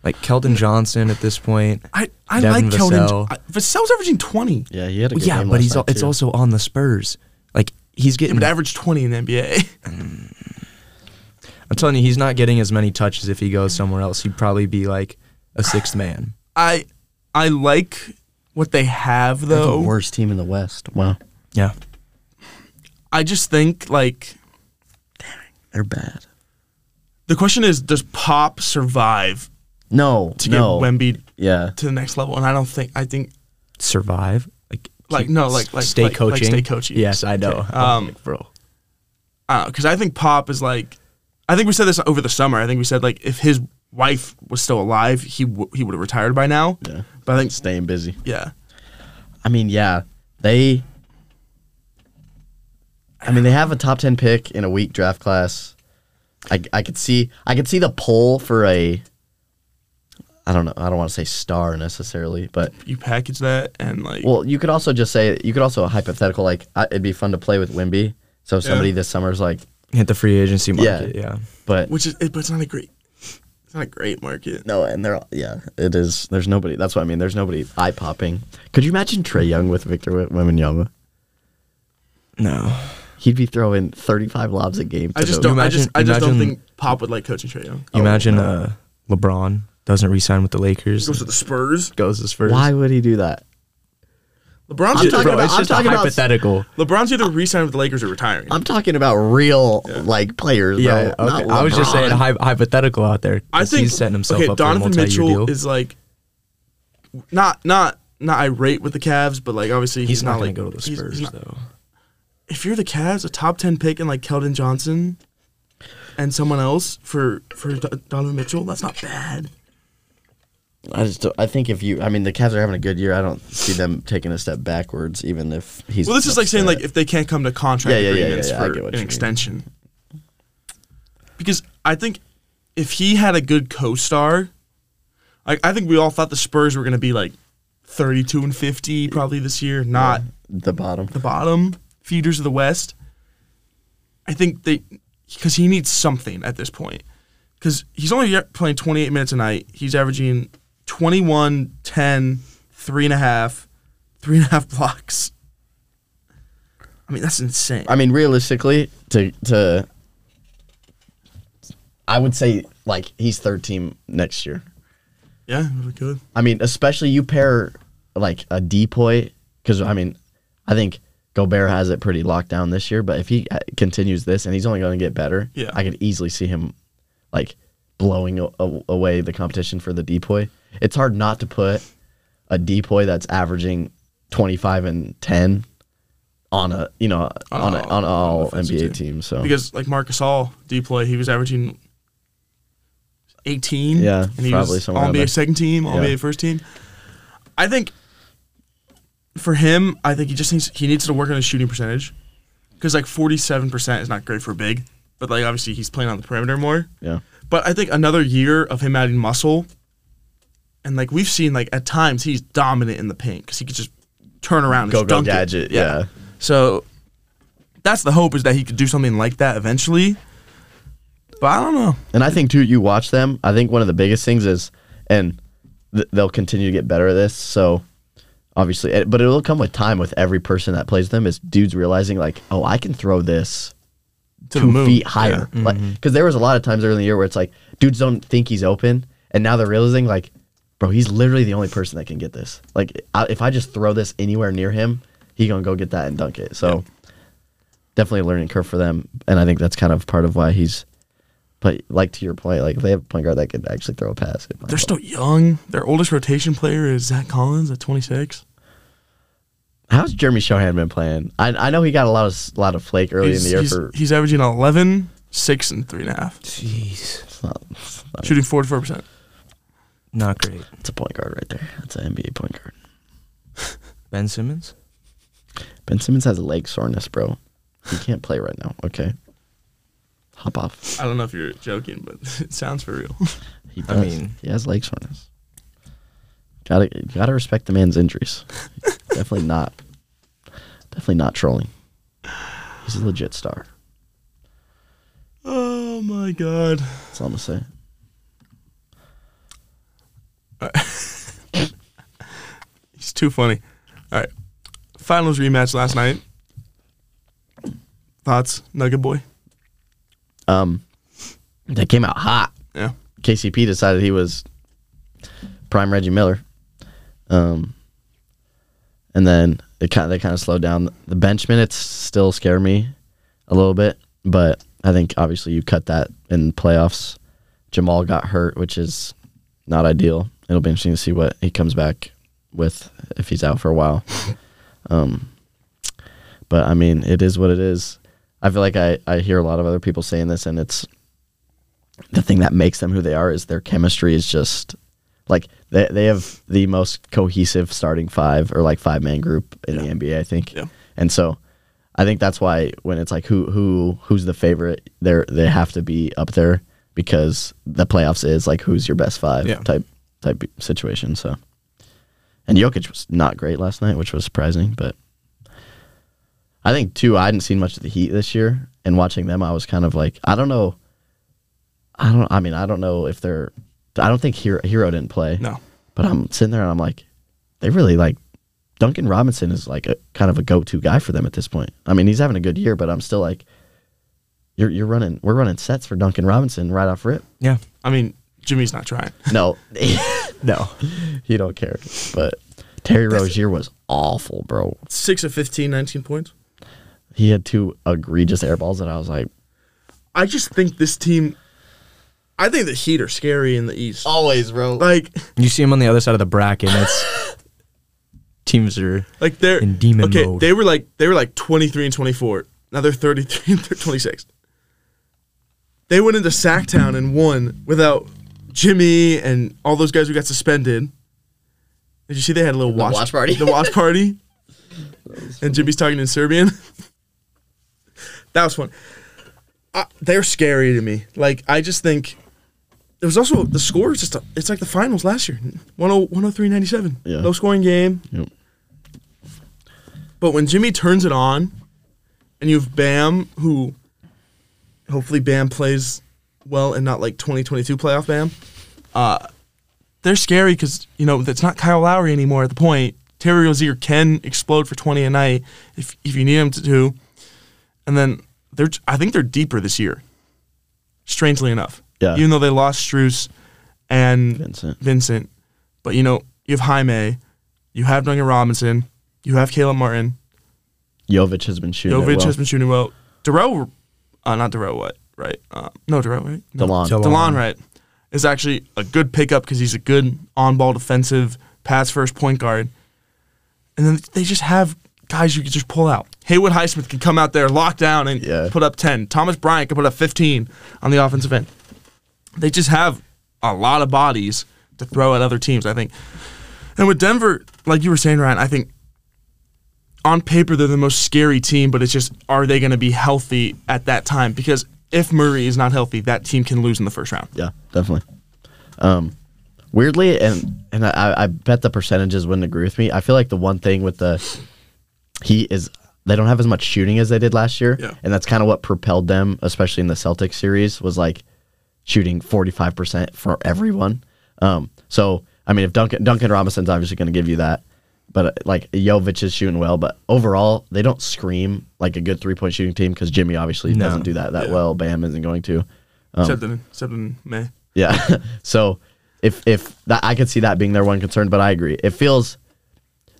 Like Keldon Johnson at this point.
I I
Devin
like Keldon.
Vassell.
I- Vassell's averaging twenty.
Yeah, he had a
Well,
good
yeah,
game
but
last
he's al-
night,
it's
too.
also on the Spurs. Like he's
He
getting
would average twenty in the NBA.
I'm telling you, he's not getting as many touches if he goes somewhere else. He'd probably be like a sixth man.
[laughs] I I like what they have
They're the
though.
worst team in the West. Wow,
Yeah.
I just think like
they're bad.
the question is, does Pop survive
No,
to
no.
get Wemby
yeah,
to the next level? And I don't think I think
Survive. Like
Like,
keep-
no, like- like-
stay
like- like
coaching.
stay coaching.
Yes, I know.
Okay.
I was
Um,
like, [laughs] bro.
because uh, I think Pop is like, I think we said this over the summer. I think we said like if his wife was still alive, he w- he would have retired by now.
Yeah.
But I think
staying busy.
yeah,
I mean, yeah, they. I mean, they have a top ten pick in a weak draft class. I, I could see I could see the pull for a. I don't know. I don't want to say star necessarily, but
you package that and like
well, you could also just say you could also hypothetical like I, it'd be fun to play with Wimby. So somebody this summer's like,
Hit the free agency market. Yeah.
but
which is it, but it's not a great, it's not a great market.
no, and they're yeah, it is. There's nobody. That's what I mean. There's nobody eye popping. Could you imagine Trey Young with Victor Wem- Wembanyama?
No.
He'd be throwing 35 lobs a game. To
I just
the-
don't. I just. I just don't
imagine-
think Pop would like coaching Trae Young.
You imagine uh, LeBron doesn't resign with the Lakers.
Goes to the Spurs.
goes as first.
Why would he do that?
LeBron's
I'm
either,
talking
bro,
about-
it's
I'm
just a
talking
hype-
about-
hypothetical.
LeBron's either re-signing with the Lakers or retiring.
I'm talking about real like players.
Yeah,
bro,
okay.
not
I was just saying
LeBron.
hy- hypothetical out there. 'cause
I think
he's setting himself
okay,
up
Donovan
for a multi-year
Mitchell
deal.
is like not not not irate with the Cavs, but like obviously he's,
he's not,
like
going to go to the
he's- he's
Spurs
not-
though.
if you're the Cavs, a top ten pick and like Keldon Johnson and someone else for for Do- Donovan Mitchell, that's not bad.
I just don't- I think if you I mean the Cavs are having a good year. I don't see them taking a step backwards, even if he's.
Well, this is like saying like if they can't come to contract
Yeah, yeah, yeah,
agreements
yeah, yeah, I
for
get what
an
you mean.
extension, because I think if he had a good co-star, like I think we all thought the Spurs were going to be like thirty-two and fifty probably this year, not
the bottom.
the bottom feeders of the West. I think they because he needs something at this point because he's only yet playing 28 minutes a night. He's averaging 21, 10, three and a half, three and a half blocks. I mean, that's insane.
I mean, realistically, to to. I would say like he's third team next year.
yeah, really good.
I mean, especially you pair like a depoy, because I mean, I think Gobert has it pretty locked down this year. But if he uh, continues this, and he's only going to get better,
Yeah.
I could easily see him like blowing a- a- away the competition for the depoy. It's hard not to put a depoy that's averaging twenty five and ten on a you know on a,
all-
on a
Oh, on an
all
offensive
NBA
team.
team. So
because like Marcus All D play, he was averaging eighteen.
Yeah,
and he
probably
was
somewhere
all
around there.
NBA second team, all
Yeah.
NBA first team. I think for him, I think he just needs he needs to work on his shooting percentage because like forty seven percent is not great for a big, but like obviously he's playing on the perimeter more.
yeah,
But I think another year of him adding muscle, and like we've seen, like at times he's dominant in the paint because he could just turn around and
go
just
go
dunk it.
gadget. Yeah.
So that's the hope is that he could do something like that eventually. But I don't know.
And I think too, you watch them. I think one of the biggest things is, and th- they'll continue to get better at this. So obviously, eh, but it'll come with time with every person that plays them. Is dudes realizing like, oh, I can throw this
To the
two
moon. Mm-hmm.
feet higher, Like 'cause because there was a lot of times early in the year where it's like dudes don't think he's open, and now they're realizing like, bro, he's literally the only person that can get this. Like, I, if I just throw this anywhere near him, he gonna go get that and dunk it. So definitely a learning curve for them, and I think that's kind of part of why he's. But like to your point, like if they have a point guard that could actually throw a pass, it might
They're
help.
still young. Their oldest rotation player is Zach Collins at 26.
how's Jeremy Shohan been playing? I, I know he got a lot of s- lot of flake early
he's,
in the year
he's,
for
he's averaging 11, 6, and 3.5,
Jeez,
it's not, it's not-
shooting 44%.
not great.
[laughs] it's a point guard right there. That's an NBA point guard.
Ben Simmons.
Ben Simmons has leg soreness, bro. He can't play right now. Okay, hop off.
I don't know if you're joking, but [laughs] it sounds for real.
He
I
does.
mean-
he has leg soreness. Gotta gotta respect the man's injuries. definitely not. Definitely not trolling. He's a legit star.
oh my God.
That's all I'm gonna say.
He's too funny. All right. Finals rematch last night. Thoughts, Nugget Boy?
Um, they came out hot.
Yeah.
KCP decided he was prime Reggie Miller. Um, and then it kind of, they kind of slowed down. The bench minutes still scare me a little bit, but I think obviously you cut that in playoffs. Jamal got hurt, which is not ideal. It'll be interesting to see what he comes back with if he's out for a while. um, but I mean, it is what it is. I feel like I, I hear a lot of other people saying this, and it's the thing that makes them who they are is their chemistry is just like they they have the most cohesive starting five or like five man group in the NBA, I think.
Yeah.
And so I think that's why when it's like who who who's the favorite, they're they have to be up there because the playoffs is like who's your best five
Yeah.
type type situation. So and Jokic was not great last night, which was surprising, but I think too I hadn't seen much of the Heat this year and watching them I was kind of like I don't know I don't I mean I don't know if they're I don't think Hero, Hero didn't play.
No.
But I'm sitting there and I'm like, they really like Duncan Robinson is like a kind of a go-to guy for them at this point. I mean, he's having a good year, but I'm still like, you're you're running, we're running sets for Duncan Robinson right off rip.
Yeah,
I mean, Jimmy's not trying.
No, [laughs] no, he don't care. But Terry Rozier was awful, bro.
6 of 15, 19 points.
He had two egregious air balls, and I was like,
I just think this team. I think the Heat are scary in the East.
always, bro.
Like,
you see him on the other side of the bracket. and It's [laughs] teams are
like they're
In demon
okay.
mode.
They were like they were like twenty three and twenty four. Now they're thirty three and twenty six. They went into Sacktown and won without Jimmy and all those guys who got suspended. Did you see they had a little watch,
watch party?
The watch
[laughs]
party. and Jimmy's talking in Serbian. [laughs] that was fun. I, they're scary to me. Like I just think it was also the score is just a, it's like the finals last year oh, 10- 103 97
Yeah.
low scoring game
Yep.
but when Jimmy turns it on, and you have Bam, who hopefully Bam plays well and not like 2022 playoff Bam, uh, they're scary because, you know, that's not Kyle Lowry anymore at the point. Terry Rozier can explode for 20 a night if, if you need him to. do. And then they're, I think they're deeper this year, strangely enough.
Yeah.
Even though they lost Struess and
Vincent.
Vincent. But, you know, you have Jaime, You have Duncan Robinson. You have Caleb Martin.
Jovic has been shooting.
Jovic
it well.
has been shooting well. Darrell, uh, not Darrell White, right? Uh, no, Darrell White. No.
DeLon.
DeLon.
DeLon Wright is actually a good pickup because he's a good on-ball defensive pass-first point guard. And then they just have guys you can just pull out. Haywood Highsmith can come out there, lock down, and
Yeah.
put up 10. Thomas Bryant can put up 15 on the offensive end. They just have a lot of bodies to throw at other teams, I think. And with Denver, like you were saying, Ryan, I think on paper they're the most scary team, but it's just are they going to be healthy at that time? Because if Murray is not healthy, that team can lose in the first round.
Yeah, definitely. Um, weirdly, and and I, I bet the percentages wouldn't agree with me. I feel like the one thing with the Heat is they don't have as much shooting as they did last year,
Yeah.
and that's kind of what propelled them, especially in the Celtics series, was like shooting forty five percent for everyone. Um, so I mean, if Duncan Duncan Robinson's obviously going to give you that. But uh, like Jovic is shooting well, but overall they don't scream like a good three point shooting team because Jimmy obviously
No.
doesn't do that that
Yeah.
well. Bam isn't going to.
except, in, except in May.
Yeah. [laughs] so if if that I could see that being their one concern, but I agree. It feels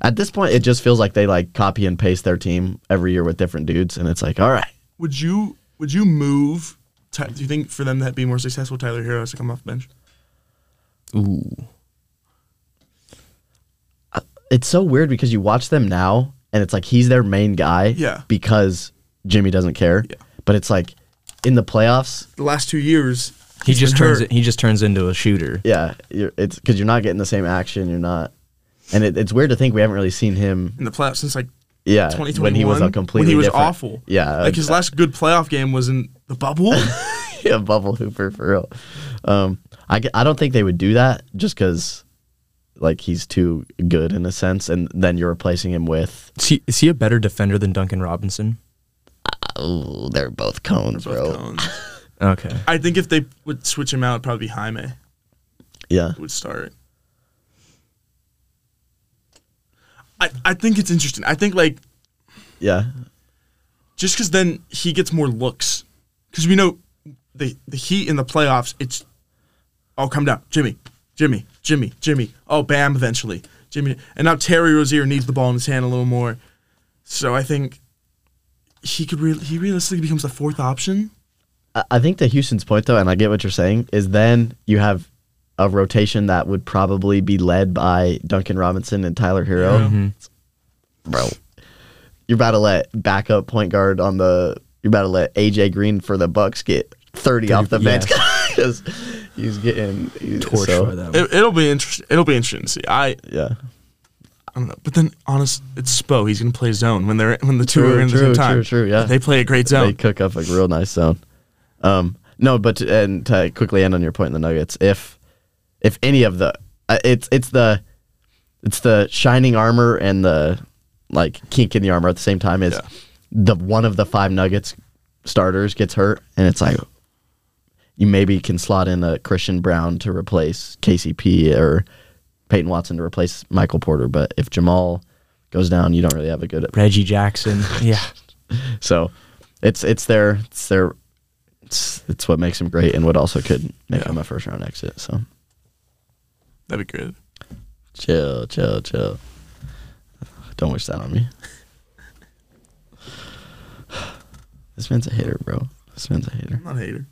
at this point it just feels like they like copy and paste their team every year with different dudes and it's like, all right.
Would you would you move? Ty- do you think for them to be more successful, Tyler Hero has to come off the bench?
Ooh.
It's so weird because you watch them now and it's like he's their main guy
Yeah.
because Jimmy doesn't care.
Yeah.
But it's like in the playoffs,
The last two years,
He
he's
just
been
turns
hurt.
it, he just turns into a shooter.
yeah, you're, it's cuz you're not getting the same action, you're not and it, it's weird to think we haven't really seen him
in the playoffs since like
yeah
2021
when he was a completely
when he was
different-
awful.
Yeah.
like his last good playoff game was in the bubble.
[laughs] yeah, bubble hooper for real. Um, I, g- I don't think they would do that just because, like, he's too good in a sense, and then you're replacing him with.
Is he, is he a better defender than Duncan Robinson?
Oh, they're both cones, bro.
Cones.
Okay.
I think if they would switch him out, it'd probably be Jaime
Yeah,
would start. I, I think it's interesting. I think like
yeah,
just because then he gets more looks. Because we know the the Heat in the playoffs, it's oh come down, Jimmy, Jimmy, Jimmy, Jimmy. Oh, Bam, eventually, Jimmy. And now Terry Rozier needs the ball in his hand a little more. So I think he could re- he realistically becomes the fourth option.
I, I think the Houston's point though, and I get what you're saying, is then you have a rotation that would probably be led by Duncan Robinson and Tyler Hero, bro. You're about to let backup point guard on the. You're about to let AJ Green for the Bucks get 30 off the bench [laughs] because he's getting he's,
Torch
so-
for them.
It, it'll be interesting. It'll be interesting to see. I
Yeah.
I don't know. But then, honest, it's Spo. He's gonna play zone when they're when the two
True,
are in the
true,
same time.
true, true, yeah.
they play a great
They
zone.
cook up a real nice zone. Um, no, but to, and to quickly end on your point in the Nuggets, if if any of the uh, it's it's the it's the shining armor and the like kink in the armor at the same time is
Yeah.
the one of the five Nuggets starters gets hurt, and it's like you maybe can slot in a Christian Brown to replace KCP or Peyton Watson to replace Michael Porter, but if Jamal goes down, you don't really have a good
Reggie Jackson. Yeah.
so it's it's their it's their it's it's what makes them great and what also could make them a first round exit. So
That'd be great.
chill, chill, chill. Don't wish that on me. [sighs] This man's a hater, bro. This man's a hater.
I'm not a hater.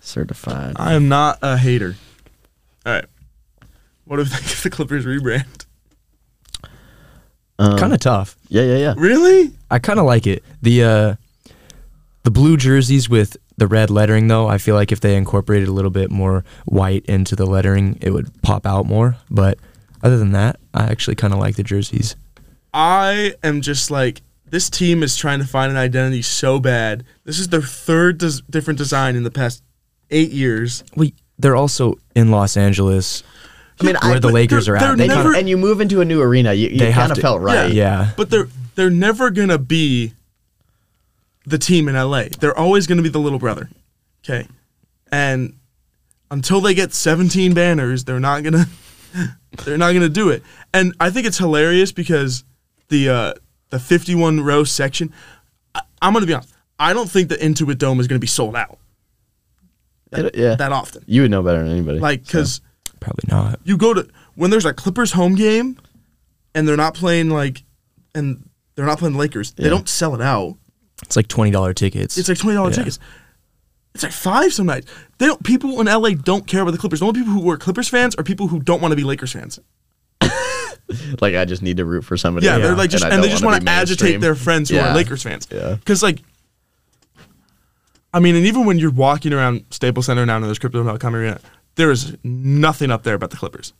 Certified.
I am not a hater. All right. What do we think of the Clippers rebrand?
Um,
kind of tough.
Yeah, yeah, yeah.
Really?
I kind of like it. The uh, the blue jerseys with the red lettering, though, I feel like if they incorporated a little bit more white into the lettering, it would pop out more. But other than that, I actually kind of like the jerseys.
I am just like this team is trying to find an identity so bad. This is their third des- different design in the past eight years.
Well, they're also in Los Angeles,
I mean, I-
where the
but
Lakers
they're-
are
they're
at.
They
kinda-
never-
and you move into a new arena. You, you
They have
kind of
to-
felt right.
yeah.
But they're they're never gonna be the team in LA. They're always gonna be the little brother. Okay. And until they get 17 banners, they're not gonna [laughs] they're not gonna do it. And I think it's hilarious because the uh, the 51 row section. I, I'm gonna be honest. I don't think the Intuit Dome is gonna be sold out
It- yeah.
that often.
you would know better than anybody.
Like,
so.
cause
probably not.
you go to when there's a Clippers home game, and they're not playing like, and they're not playing the Lakers. They
Yeah.
don't sell it out.
It's like twenty dollar tickets.
It's like twenty dollars
Yeah.
tickets. It's like five some nights. They don't, people in LA don't care about the Clippers. The only people who are Clippers fans are people who don't want to be Lakers fans.
Like I just need to root for somebody.
Yeah, they're like just and,
I
they
don't
just
wanna
want to
be
agitate
mainstream.
their friends who
Yeah.
are Lakers fans.
Yeah.
because like, I mean, and even when you're walking around Staples Center now and there's Crypto.com Arena, there is nothing up there about the Clippers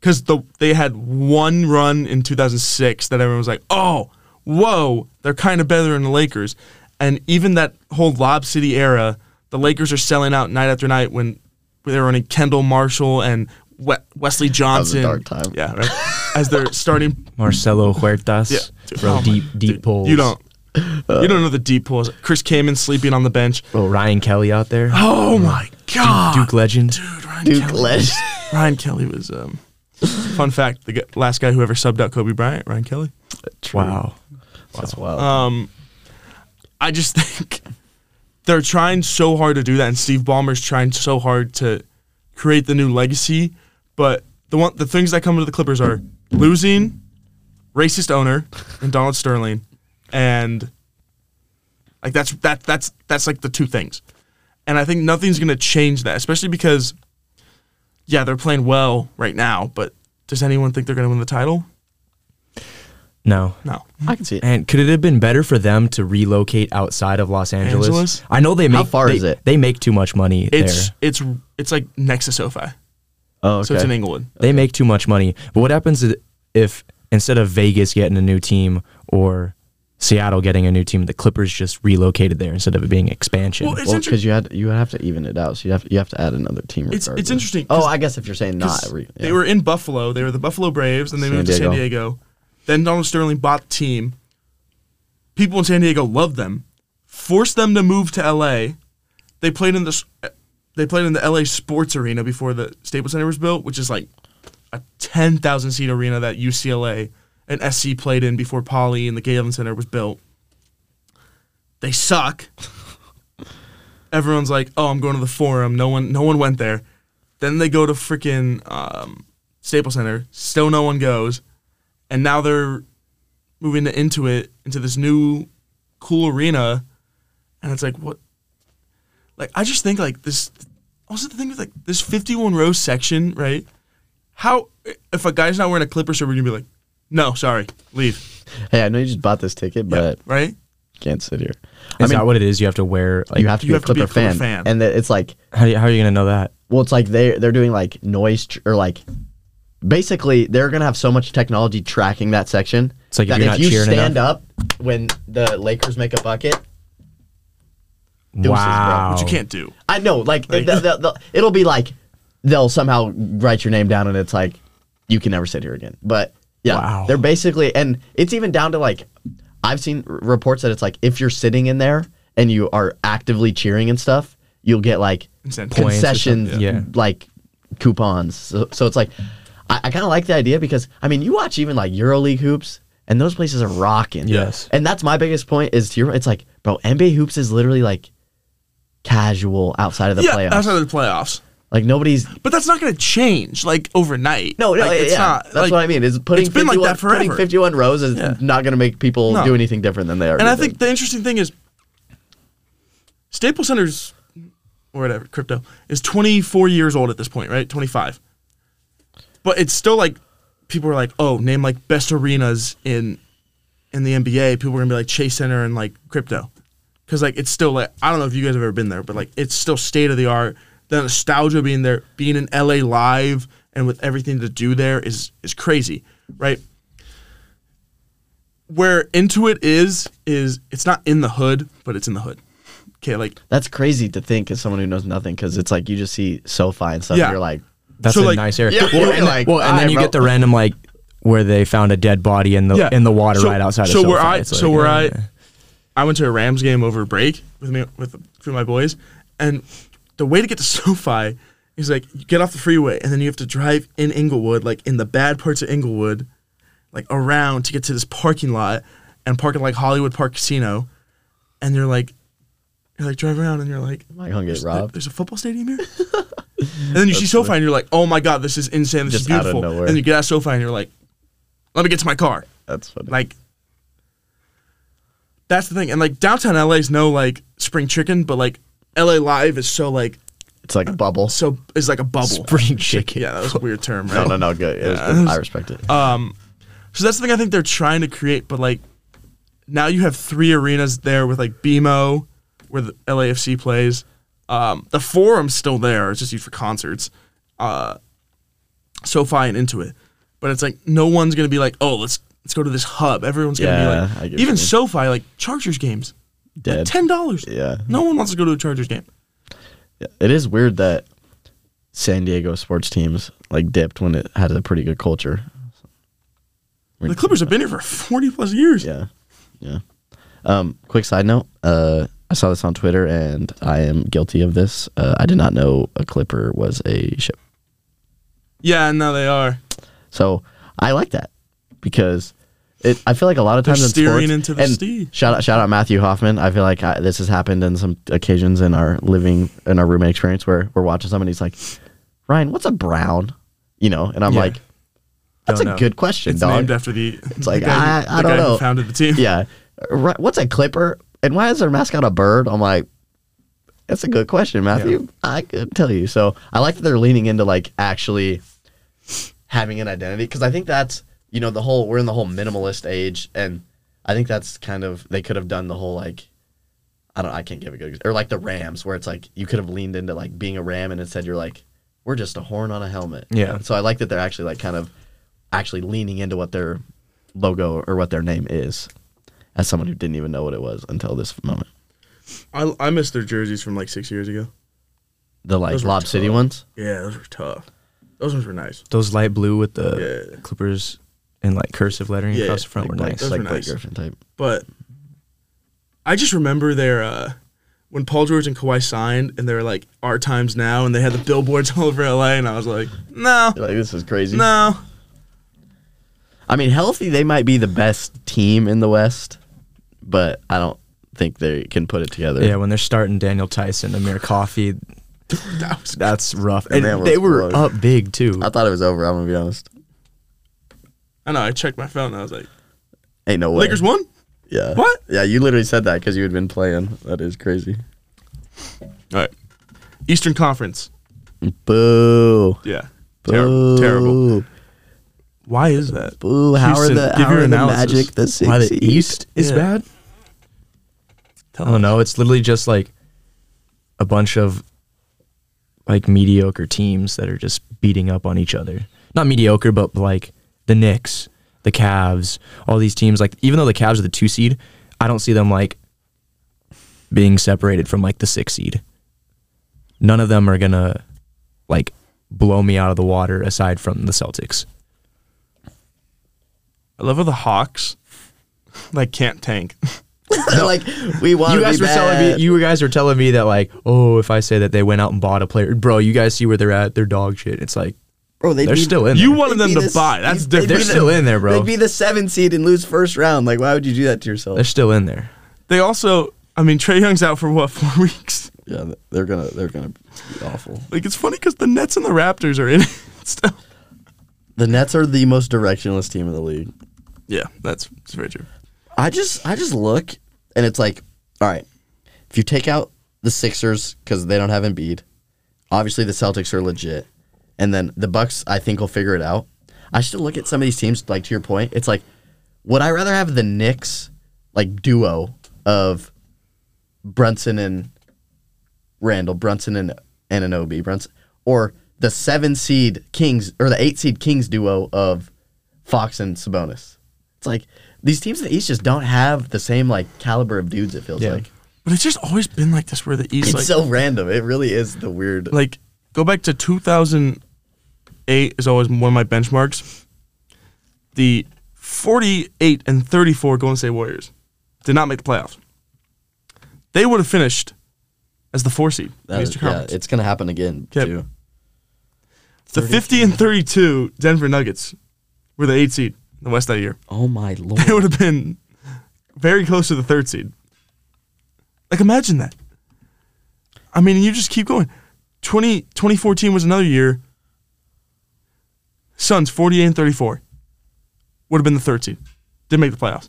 because the they had one run in 2006 that everyone was like, oh, whoa, they're kind of better than the Lakers, and even that whole Lob City era, the Lakers are selling out night after night when they were running Kendall Marshall and. We- Wesley Johnson,
dark time.
yeah, right? as their starting
Marcelo Huertas,
Yeah.
bro,
Oh my-
deep deep pulls.
you don't. you don't know the deep pulls. Chris Kaman sleeping on the bench.
bro. Ryan Kelly
[gasps]
out there,
Oh my god,
Duke legend.
dude, Ryan
Duke
Kelly.
Legend.
Ryan Kelly was. Um, fun fact: the g- last guy who ever subbed out Kobe Bryant, Ryan Kelly. Oh.
Wow,
That's wild.
Um, I just [laughs] think they're trying so hard to do that, and Steve Ballmer's trying so hard to create the new legacy. But the one, the things that come to the Clippers are losing, racist owner, and Donald Sterling, and like that's that that's that's like the two things, and I think nothing's gonna change that, especially because yeah, they're playing well right now, but does anyone think they're gonna win the title?
no.
No.
I can see it.
And could it have been better for them to relocate outside of Los Angeles?
Angeles?
I know they make
How far
they,
is it?
They make too much money
It's
there.
it's it's like next to SoFi.
Oh, okay.
So it's in Inglewood.
They make too much money. But what happens i- if instead of Vegas getting a new team or Seattle getting a new team, the Clippers just relocated there instead of it being expansion?
Well, it's
well,
inter-
because you had you have to even it out, so you have you have to add another team.
It's- it's
regardless.
interesting,
Oh,
'cause-
I guess if you're saying not,
'Cause
re-
They
yeah.
were in Buffalo. They were the Buffalo Braves, and they
San
moved to San Diego. Then Donald Sterling bought the team. People in San Diego loved them, forced them to move to L.A. They played in the s- uh, they played in the L.A. Sports Arena before the Staples Center was built, which is like a ten thousand seat arena that UCLA and SC played in before Poly and the Galen Center was built. They suck. everyone's like, "Oh, I'm going to the Forum." No one, no one went there. Then they go to freaking um, Staples Center. Still, no one goes. And now they're moving to Intuit into this new cool arena, and it's like what? Like I just think like this. Also, the thing is like this 51 row section, right? How if a guy's not wearing a Clipper shirt, we're gonna be like, "No, sorry, leave."
hey, I know you just bought this ticket, but
Right?
can't sit here.
is that what it is? You have to wear like
you have to
you
be
have
a
to be
Clipper
a Clipper
fan,
fan.
and that it's like
how, do you- how are you gonna know that?
well, it's like they they're doing like noise tr- or like basically they're gonna have so much technology tracking that section.
It's like if
that
you're not
you
cheering
stand up when the Lakers make a bucket. bro.
wow,
Which you can't do.
I know, like the, the, the, it'll be like they'll somehow write your name down, and it's like you can never sit here again. But yeah,
Wow.
they're basically, and it's even down to like I've seen r- reports that it's like if you're sitting in there and you are actively cheering and stuff, you'll get like
Incentives.
Points or
concessions,
something, yeah.
like coupons. So, so it's like I, I kind of like the idea because I mean, you watch even like EuroLeague hoops. And those places are rocking.
Yes.
And that's my biggest point is to your, it's like, bro, NBA hoops is literally like casual outside of the
yeah,
playoffs.
outside of the playoffs.
Like nobody's.
But that's not going to change like overnight.
No, no,
like,
yeah, that's
like-
what I mean. Is putting
it's been like
51
that forever.
Putting fifty-one rows is not going to make people
No.
do anything different than they are.
and I think the interesting thing is, Staples Center's or whatever crypto is 24 years old at this point, right? 25. But it's still like people are like, oh, name like best arenas in in the NBA. People are gonna be like Chase Center and like crypto, because like it's still like I don't know if you guys have ever been there, but like it's still state of the art. The nostalgia being there, being in LA live, and with everything to do there is is crazy, right? where Intuit is is it's not in the hood, but it's in the hood. Okay, like
that's crazy to think as someone who knows nothing because it's like you just see SoFi and stuff.
Yeah.
And you're like,
That's
So,
a
like-
nice area.
Yeah,
well,
you're
and,
like,
well, and then
"Alright,
you
bro."
get the random like where they found a dead body in the Oh, in the water
So-
right outside.
So
of
where
SoFi.
I
It's
so
like,
where
yeah.
I I went to a Rams game over break with me with a few of my boys, and the way to [laughs] get to SoFi is like you get off the freeway and then you have to drive in Inglewood, like in the bad parts of Inglewood, like around to get to this parking lot and park at like Hollywood Park Casino, and you're like. You're like drive around and you're like,
Am I gonna get
there's,
robbed?
There's a football stadium here, [laughs] and then you see SoFi and you're like, oh my god, this is insane, this
Just
is
out of
beautiful.
nowhere.
And you get out of SoFi and you're like, Let me get to my car.
That's funny.
Like, that's the thing. And like downtown LA's no like spring chicken, but like LA Live is so like
it's like a bubble.
so is like a bubble.
Spring chicken.
Yeah, that was a weird term,
No,
right?
no, no. Good. It was good. I respect it.
So that's the thing I think they're trying to create, but like now you have three arenas there with like BMO, where the LAFC plays. Um, the forum's still there; it's just used for concerts. Uh, SoFi and Intuit, but it's like no one's gonna be like, oh, let's let's go to this hub. Everyone's gonna
Yeah,
be
I
like,
get what you
even
mean.
SoFi like Chargers games, like
Dead.
ten dollars.
Yeah.
no one wants to go to a Chargers game.
Yeah, It is weird that San Diego sports teams like dipped when it had a pretty good culture.
The Clippers have been here for forty plus years.
Yeah. Yeah. Um, quick side note. Uh, I saw this on Twitter and I am guilty of this. Uh, I did not know a Clipper was a ship.
yeah, no, they are.
So I like that because it. I feel like a lot of
They're
times in
steering
sports-
into the
and
sea.
Shout out, shout out Matthew Hoffman. I feel like I, this has happened in some occasions in our living in our roommate experience where we're watching something. and He's like, Ryan, what's a brown? You know, and I'm
Yeah.
like, that's
Don't
a
know.
good question,
It's
dog.
named
[laughs]
after the.
it's like
the guy, who-
I,
the
I
guy
don't know.
Who founded the team.
Yeah, Ri- what's a clipper? And why is their mascot a bird? I'm like, that's a good question, Matthew. I could tell you. So I like that they're leaning into like actually having an identity because I think that's you know the whole we're in the whole minimalist age, and I think that's kind of they could have done the whole like I don't I can't give a good ex- or like the Rams where it's like you could have leaned into like being a Ram and instead you're like we're just a horn on a helmet. you
Yeah.
know? So I like that they're actually like kind of actually leaning into what their logo or what their name is as someone who didn't even know what it was until this moment.
I, I miss their jerseys from like six years ago.
The like
Those were
Lob
tough.
City ones.
Yeah, those were tough. Those ones were nice.
Those light blue with the
Yeah.
Clippers and like cursive lettering
Yeah,
across the front
like
were
Blake,
nice.
Those
like
were
Blake
nice.
Griffin type.
But I just remember their uh, when Paul George and Kawhi signed, and they were like our times now, and they had the billboards [laughs] all over LA, and I was like, no,
Like this is crazy.
no,
I mean, healthy, they might be the best team in the West, but I don't think they can put it together.
yeah, when they're starting Daniel Tyson, Amir Coffee,
that was
that's rough.
And
And,
that
they
was
were
blown.
up big too.
I thought it was over. I'm gonna be honest.
I know. I checked my phone, and I was like,
Ain't no way.
Lakers won.
Yeah.
What?
Yeah, you literally said that because you had been playing. That is crazy.
All right, Eastern Conference.
Boo.
Yeah,
Boo.
terrible. terrible. Why is that?
Boo. How
Houston,
are the
give
how
your
are the
analysis.
Magic the six
Why the
seed?
East is
Yeah.
bad? I don't know. It's literally just like a bunch of like mediocre teams that are just beating up on each other. Not mediocre, but like the Knicks, the Cavs, all these teams. Like even though the Cavs are the two seed, I don't see them like being separated from like the six seed. None of them are gonna like blow me out of the water aside from the Celtics.
I love how the Hawks like can't tank.
[laughs] like we want
you
to
guys
be
were telling
bad.
me you guys were telling me that like oh if I say that they went out and bought a player bro you guys see where they're at they're dog shit it's like
Bro, they'd
they're
be-
still in
[laughs] You
there.
wanted
they'd
them
be
to
the s-
buy. That's
they'd be
different.
they're
the-
still in there bro
They'd be the seven seed and lose first round. Like, why would you do that to yourself?
they're still in there
They also, I mean, Trey Young's out for what [laughs] four weeks.
Yeah, they're gonna they're gonna be awful.
Like it's funny because the Nets and the Raptors are in it [laughs] still.
The Nets are the most directionless team in the league.
Yeah, that's, that's very true.
I just I just look and it's like, all right, if you take out the Sixers because they don't have Embiid, obviously the Celtics are legit, and then the Bucks I think will figure it out. I still look at some of these teams like to your point. It's like, would I rather have the Knicks like duo of Brunson and Randall, Brunson and Ananobi, Brunson, or the seven seed Kings or the eight seed Kings duo of Fox and Sabonis. It's like these teams in the East just don't have the same like caliber of dudes. It feels
Yeah.
like
But it's just always been like this, where the East
it's
like
so random. It really is the weird.
like go back to 2008 is always one of my benchmarks. The 48 and 34 Golden State Warriors did not make the playoffs. They would have finished as the four seed. in the
that is-
Eastern
yeah,
Conference.
it's gonna happen again
Yep.
too.
the 50 and 32 Denver Nuggets were the eight seed in the West that year.
Oh my
They
lord!
would have been very close to the third seed. Like, imagine that. I mean, you just keep going. 20, 2014 was another year. Suns 48 and 34. would have been the third seed. Didn't make the playoffs.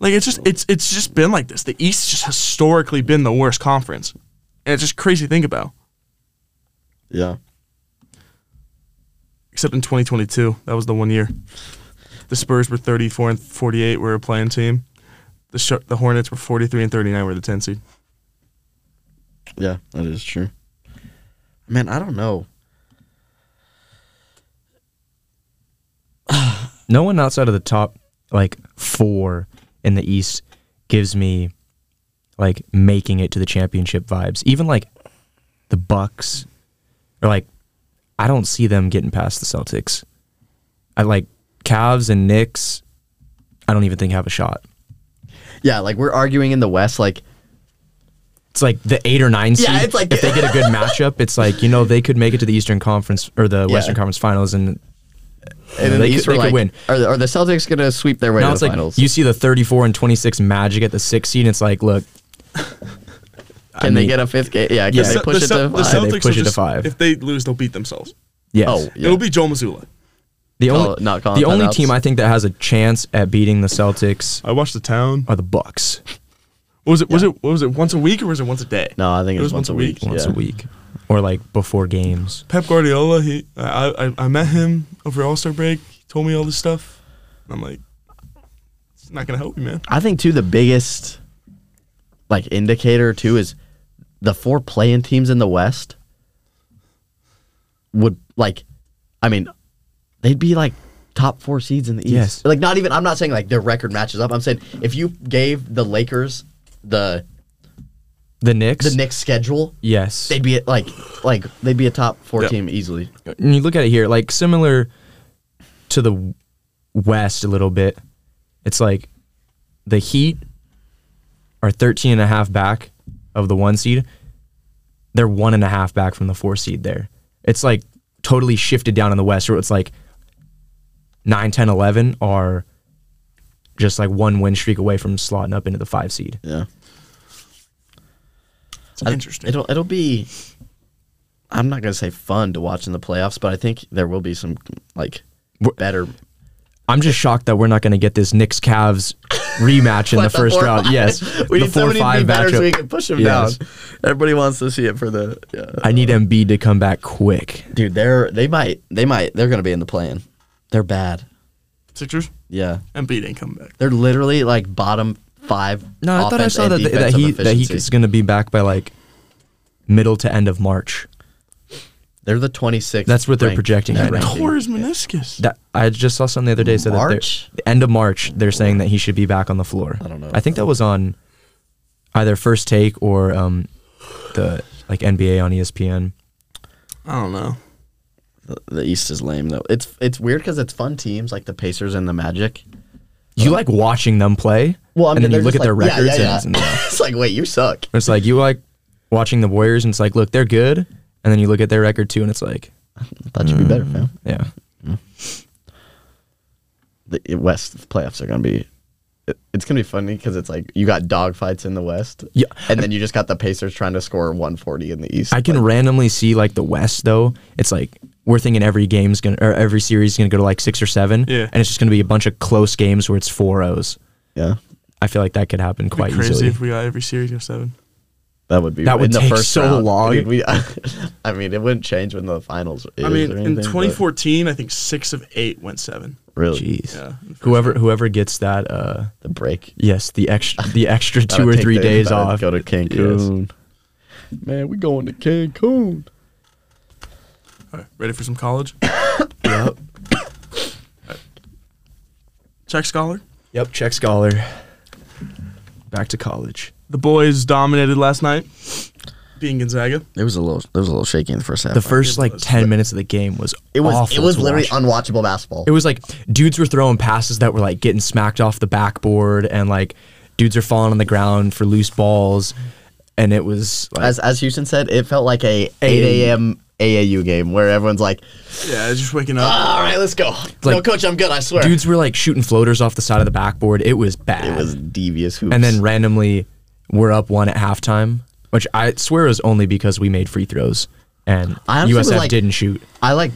Like it's just it's it's just been like this. The East just historically been the worst conference, and it's just crazy to think about.
[laughs] Yeah.
Except in 2022, that was the one year. The Spurs were 34 and 48. Were a playing team. The Sh- the Hornets were 43 and 39. Were the 10 seed.
Yeah, that is true. Man, I don't know.
No one outside of the top like four in the East gives me like making it to the championship vibes. Even like the Bucks or like I don't see them getting past the Celtics. I like Cavs and Knicks. I don't even think have a shot.
Yeah, like we're arguing in the West, like
It's like the eight or nine seed.
Yeah, it's like-
if they get
[laughs]
a good matchup, it's like you know they could make it to the Eastern Conference or the
Yeah.
Western Conference Finals, and,
and
they,
in the
could-
East
they
we're
could
like,
win.
Are, the, are the Celtics gonna sweep their way
Now
to
it's
the
like
finals?
you see the 34 and 26 Magic at the six seed. And it's like, look,
can they get a fifth game? Yeah, can
Yeah.
they
Cel-
push it
Cel-
to
the
five?
Cel- They
Celtics
push
will
it to
just-
five.
If they lose, they'll beat themselves.
yes.
Oh, yeah.
It'll be Joel Mazzulla.
the
Call-
only
not calling
the only
timeouts.
team I think that has a chance at beating the Celtics
I watched the town.
are the Bucks
What was it? Was it? What was it? Once a week or was it once a day?
no, I think
It was
it's once a week.
once
yeah.
a week, or like before games.
Pep Guardiola. He, I, I, I met him over All Star break. He told me all this stuff. I'm like, it's not gonna help you, man.
I think too the biggest like indicator too is the four playing teams in the West would like I mean they'd be like top four seeds in the East.
Yes.
Like not even I'm not saying like their record matches up. I'm saying if you gave the Lakers the
The Knicks.
the Knicks schedule,
Yes.
they'd be at like like they'd be a top four
Yeah.
team easily.
and you look at it here, like similar to the w- West a little bit. It's like the Heat are 13 and a half back of the one seed. They're one and a half back from the four seed there. It's like totally shifted down in the West where it's like 9, 10, 11 are just like one win streak away from slotting up into the five seed.
Yeah.
It's interesting.
It'll it'll be. I'm not gonna say fun to watch in the playoffs, but I think there will be some like
Wh-
better.
I'm just shocked that we're not going to get this Knicks Cavs rematch in
What,
the
the
first
four
round.
five?
Yes.
[laughs] We
the
need somebody to be better so we can push them
Yes.
down. Everybody wants to see it for the.
I need Embiid to come back quick.
Dude, they're they might they might they're gonna be in the play-in. They're bad.
Sixers.
Yeah,
Embiid ain't coming back.
they're literally like bottom five.
No, I thought I
offense
saw
and
that th- that
defensive
he that
efficiency.
he's going to be back by like middle to end of March.
They're the 26th.
That's what they're
ranked
projecting
net
right now.
ranking.
Tore his meniscus.
That I just saw something the other day said that
March?
they're- the end of March they're saying that he should be back on the floor. I
don't know.
I think that was on either First Take or um the like NBA on E ESPN.
I don't know.
The, the East is lame though. It's it's weird because it's fun teams like the Pacers and the Magic.
You like watching them play,
Oh. Well, I mean,
and then
they're
you look at
just
their
like, yeah,
records,
yeah, yeah.
and
[laughs]
it's,
it's like, wait, you suck.
[laughs] it's like you like watching the Warriors, and it's like, look, they're good, and then you look at their record too, and it's like,
I thought you'd be better, fam.
yeah,
The West playoffs are gonna be. it- It's gonna be funny because it's like you got dogfights in the West,
Yeah.
and then you just got the Pacers trying to score 140 in the East.
I can
Like,
randomly see like the West though. It's like we're thinking every game's gonna or every series is gonna go to like six or seven.
Yeah.
And it's just gonna be a bunch of close games where it's four O's.
yeah,
I feel like that could happen
It'd
quite
be crazy
easily.
if we got every series in seven.
that would be
That would
in the
take
first
so
round.
long.
Dude, we, [laughs] I mean, it wouldn't change when the finals. Is
I mean,
or
in
anything, but
2014, I think six of eight went seven.
really,
Jeez.
Yeah.
Whoever whoever gets that uh
the break
yes,
[laughs]
the extra the extra two
Gotta
or
take
three
the-
days
gotta
off.
Go to Cancun. Man, we going to Cancun.
All right, ready for some college?
Yep.
[coughs] Czech scholar.
Yep, check scholar. Back to college.
The boys dominated last night, beating Gonzaga.
It was a little. It was a little shaky in the first half.
The first
it
like
was-
ten minutes of the game was
It was.
awful
it was
to
literally
watch.
unwatchable basketball.
It was like dudes were throwing passes that were like getting smacked off the backboard, and like dudes are falling on the ground for loose balls, and it was like,
as as Houston said, it felt like a 8
A-
a.m. AAU game where everyone's like,
Yeah, just waking
[coughs]
up.
"All right, let's go." no,
like-
coach, I'm good. I swear.
dudes were like shooting floaters off the side of the backboard. It was bad.
it was devious hoops.
and then randomly, we're up one at halftime, which I swear is only because we made free throws and
I honestly
USF
was like-
didn't shoot.
I like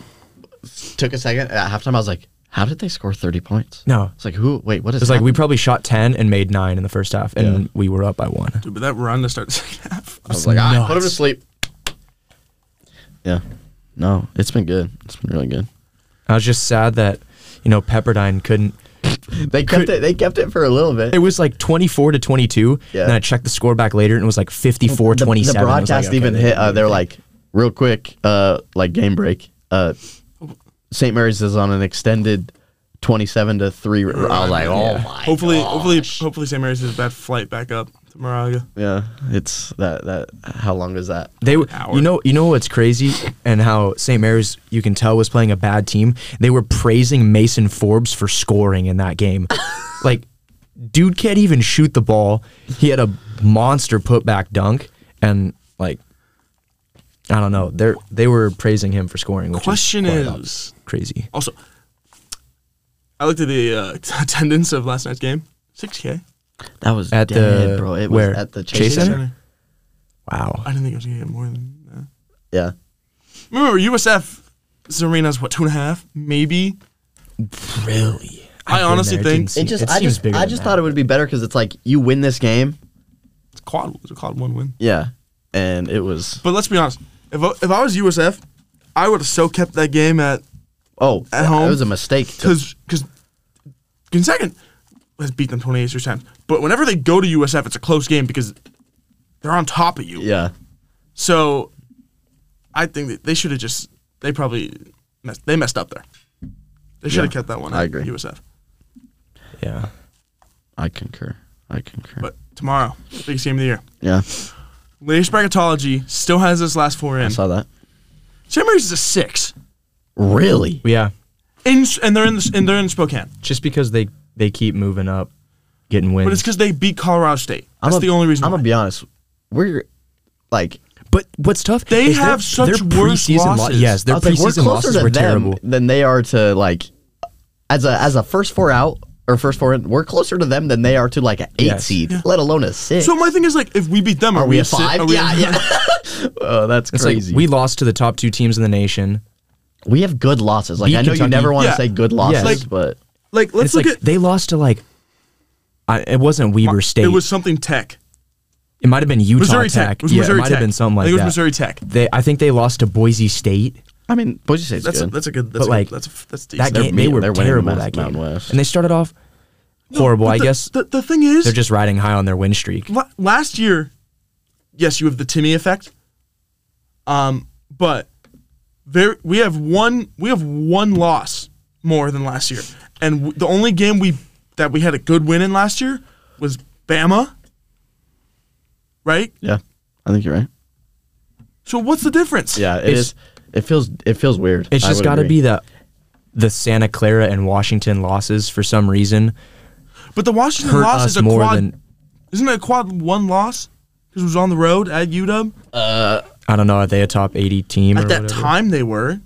took a second at halftime. I was like, how did they score 30 points?
No.
It's like, who? Wait, what is
It's like we
happening?
probably shot ten and made nine in the first half, and we were up by one.
Dude, but that run to start the second [laughs] half.
I was like, ah, put him to
nuts.
sleep. Yeah. No, it's been good. It's been really good.
I was just sad that you know Pepperdine couldn't.
They kept it. They kept it for a little bit.
It was like twenty four to twenty two,
Yeah.
and I checked the score back later, and it was like fifty four
the,
twenty
the
seven.
broadcast even hit. Uh, they're like, real quick, uh, like game break. Uh, St. Mary's is on an extended twenty-seven to three. r- I was like, oh my.
Hopefully,
gosh.
hopefully, hopefully, St. Mary's is that flight back up to Moraga.
Yeah, it's that that. How long is that?
They, w-
Howard.
you know, you know what's crazy, and how St. Mary's you can tell was playing a bad team. They were praising Mason Forbes for scoring in that game.
[laughs]
like, dude can't even shoot the ball. He had a monster putback dunk, and like, I don't know. They they were praising him for scoring. Which
Question
is,
is,
quite crazy.
also, I looked at the uh, [laughs] attendance of last night's game. Six K.
That was
At
dead,
the-
bro. It
where?
was at the Chase
Chase
Center.
Center?
I
Wow.
didn't think it was gonna get more than. that.
Yeah.
Remember USF 's arena's what two and a half, maybe.
Really?
I honestly think-
It just, I just, I just thought it would be better because it's like you win this game,
It's quad. It's a quad one win.
yeah, and it was
But let's be honest. If I, if I was USF, I would have so kept that game at
oh,
At
yeah,
home?
it was a mistake. To,
because because Gonzaga has beat them 28 straight times. But whenever they go to USF, it's a close game because they're on top of you.
yeah,
So I think that they should have just they probably messed, they messed up there. They should have
Yeah,
kept that one.
I
at
agree.
USF.
Yeah.
I concur. I concur.
But tomorrow, biggest game of the year.
yeah,
Latest bracketology still has this last four
I
in.
saw that.
St. Mary's is a six,
Really?
Yeah.
in, and they're in the, and they're in Spokane.
Just because they they keep moving up, getting wins.
But it's because they beat Colorado State. That's
a-
the only reason.
I'm
why.
gonna be honest. We're like
But what's tough?
They
is
have
their,
such
their
worse
preseason lo-
losses.
yes,
I
their
was like, we're
preseason
closer
losses
to
were
them
terrible.
than they are to like as a as a first four out or first four in. We're closer to them than they are to like an eight
Yes.
seed, let alone a six.
so my thing is like, if we beat them, are,
are we
a
a
si-
five?
are we a-
yeah, yeah. [laughs] oh, that's
It's
crazy.
like we lost to the top two teams in the nation.
we, have good losses. Like
Beat
I know you
Kentucky.
never want to
Yeah.
say good losses,
Like-
but
Like, let's
it's
look
like
at.
they lost to like, I, it wasn't Weber State.
It was something Tech,
It might have been Utah
Missouri Tech.
Tech.
It was
yeah,
Missouri
it might
Tech.
have been something
I
like
think it was
that.
Missouri Tech.
They, I think they lost to Boise State.
I mean, Boise State's
That's a,
good.
that's a good. That's
But,
a,
like,
that's a, that's decent.
That game, they
beating-
were
they're winning
terrible
Mount-
that game,
Mountain West.
and they started off horrible.
But
I
the-
guess
the, the thing is,
they're just riding high on their win streak.
la- last year, yes, you have the Timmy effect. Um, but there we have one we have one loss more than last year, and w- the only game we that we had a good win in last year was Bama. Right.
yeah, I think you're right.
So what's the difference?
Yeah, it
It's-
is. It feels it feels weird.
It's
I
just
would
got to
agree.
be the the Santa Clara and Washington losses for some reason
But the Washington
hurt
loss
us
is a
more
quad.
than
Isn't it a quad one loss? Because it was on the road at UW.
I don't know. Are they a top eighty team or
At that
whatever?
time, they were.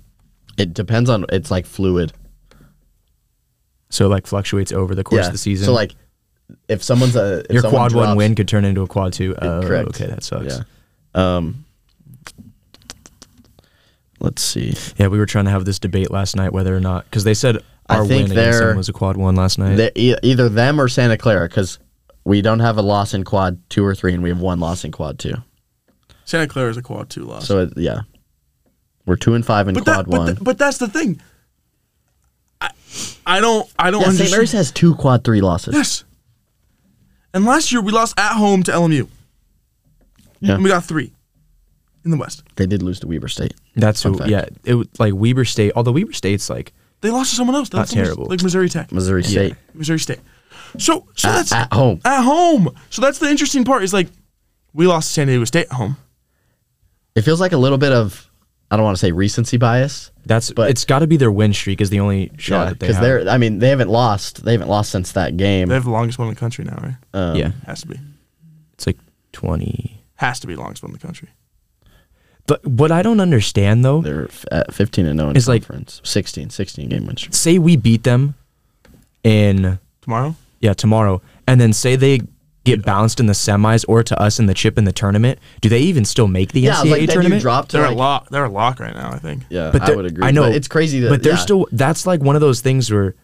It depends on. It's like fluid.
So it like fluctuates over the course
yeah.
of the season.
So like, if someone's a if
your
someone
quad one
drops-
win could turn into a quad two. Oh,
Correct.
okay, that sucks.
Yeah.
Yeah.
Um, let's see.
we were trying to have this debate last night whether or not because they said
I
our
think
win against
they're-
them was a quad one last night.
They- e- either them or Santa Clara, because we don't have a loss in quad two or three, and we have one loss in quad two.
Santa Clara is a quad two loss.
So it, yeah, we're two and five in
but
quad
that, but,
one.
th- but that's the thing. I, I don't. I don't
yeah, St.
understand.
Mary's has two quad three losses.
yes. And last year we lost at home to LMU.
Yeah.
And we got three in the West.
They did lose to Weber State.
That's
Fun
who,
fact.
yeah. It w- like Weber State, although Weber State's like
They lost to someone else. They
Not
lost to Mis-
terrible.
Like Missouri Tech,
Missouri State.
Missouri State. So, so
At,
that's
at home.
at home. So that's the interesting part. Is like we lost to San Diego State at home.
It feels like a little bit of I don't want to say recency bias.
that's.
But-
it's got to be their win streak is the only shot that they
because
have.
they're I mean they haven't lost they haven't lost since that game.
They have the longest one in the country now, right?
Um,
yeah,
Has to be.
it's like twenty.
Has to be the longest one in the country.
But what I don't understand though,
They're f- at 15 and 0 in
It's like-
conference. 16, 16 game win streak.
say we beat them in
Tomorrow.
yeah tomorrow, and then say they get bounced in the semis or to us in the chip in the tournament, do they even still make the
yeah,
NCAA
like then you
tournament?
drop to
They're
like,
a lock. They're a lock right now. I think.
Yeah,
but
I
they're-
would agree.
I know
but it's crazy that
but they're
yeah.
still. That's like one of those things where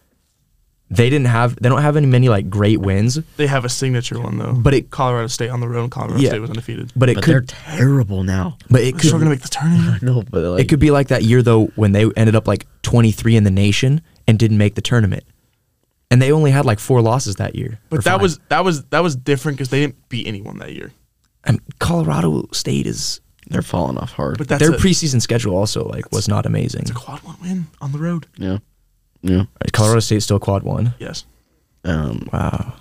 they didn't have. They don't have any many like great wins,
They have a signature one though.
But it-
Colorado State on the road. and Colorado
Yeah.
State was undefeated.
but it
but they're
could.
terrible now. [laughs]
But it
They're still
could.
gonna make the tournament.
No, but like
it could be like that year though when they ended up like 23 in the nation and didn't make the tournament, and they only had like four losses that year. or
But that
five.
was that was that was different because they didn't beat anyone that year.
and Colorado State is
they're falling off hard.
But that's
their
a,
preseason schedule also like was not amazing.
it's a quad one win on the road.
yeah, yeah.
Colorado State still quad one.
Yes.
Um,
Wow.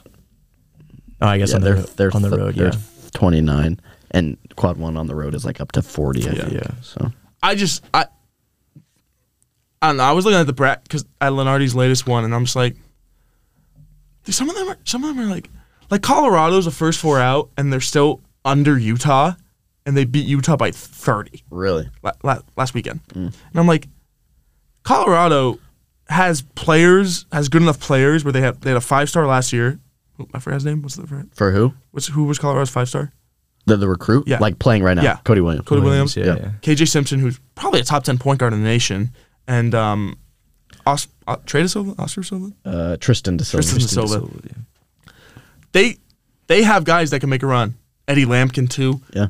Oh, I guess
yeah,
on the
they're
ro-
they're
on the
th-
road.
they're
Yeah.
29 and quad one on the road is like up to 40. I
Yeah.
think.
Yeah.
So
I just I I don't know. I was looking at the brat because at Lenardi's latest one, and I'm just like, dude, some of them are some of them are like like Colorado's the first four out, and they're still under Utah, and they beat Utah by thirty
really,
la- la- last weekend, and I'm like, Colorado has players has good enough players where they have they had a five star last year. Oh, I forgot his name. What's the fir-
for who?
what's who was Colorado's five star?
The, the recruit,
Yeah.
like playing right now.
Yeah.
Cody Williams.
Cody Williams.
Yeah.
Yeah.
yeah.
KJ Simpson, who's probably a top ten point guard in the nation, and um, Os- uh, Trey De Silva, Oscar Silva,
Uh, Tristan De Silva.
Tristan De Silva.
yeah.
They they have guys that can make a run. Eddie Lampkin too.
Yeah,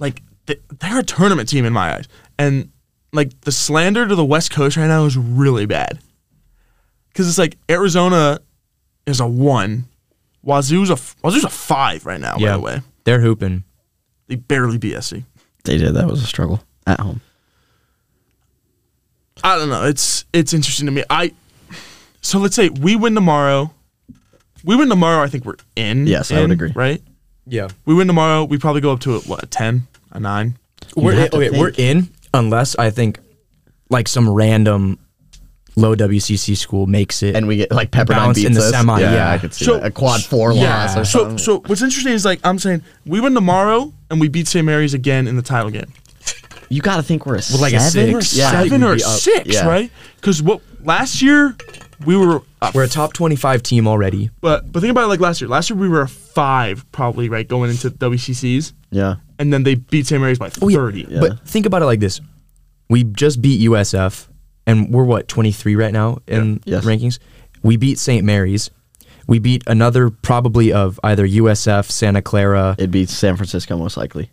Like th- they're a tournament team in my eyes, and like the slander to the West Coast right now is really bad. Because it's like Arizona is a one, Wazoo's a f- Wazoo's a five right now. By
Yeah.
the way,
They're hooping.
they barely beat SC.
they did. That was a struggle at home.
I don't know. It's it's interesting to me. I so let's say we win tomorrow. We win tomorrow. I think we're in.
Yes, I would
in,
agree.
Right.
Yeah.
We win tomorrow. We probably go up to a, what a ten, a nine.
We're in,
have to
okay, we're in unless I think like some random low WCC school makes it.
And we get like Pepperdine
Bounce
beats
in the
us.
semi, yeah.
I could see
So-
that. a quad four loss or
So
something.
so what's interesting is like I'm saying we win tomorrow and we beat St. Mary's again in the title game.
you got to think we're a seven.
like a
We're
six.
Yeah.
seven
We'd
or
be up.
six,
Yeah.
right? Because what last year we were, a,
we're a top 25 team already.
but but think about it like last year. Last year we were a five probably, right, going into WCCs,
Yeah,
and then they beat St. Mary's by
yeah.
thirty.
Yeah.
But think about it like this: we just beat USF, and we're what 23 right now in
Yeah. Yes.
rankings. We beat St. Mary's. We beat another probably of either USF, Santa Clara,
it'd be San Francisco most likely.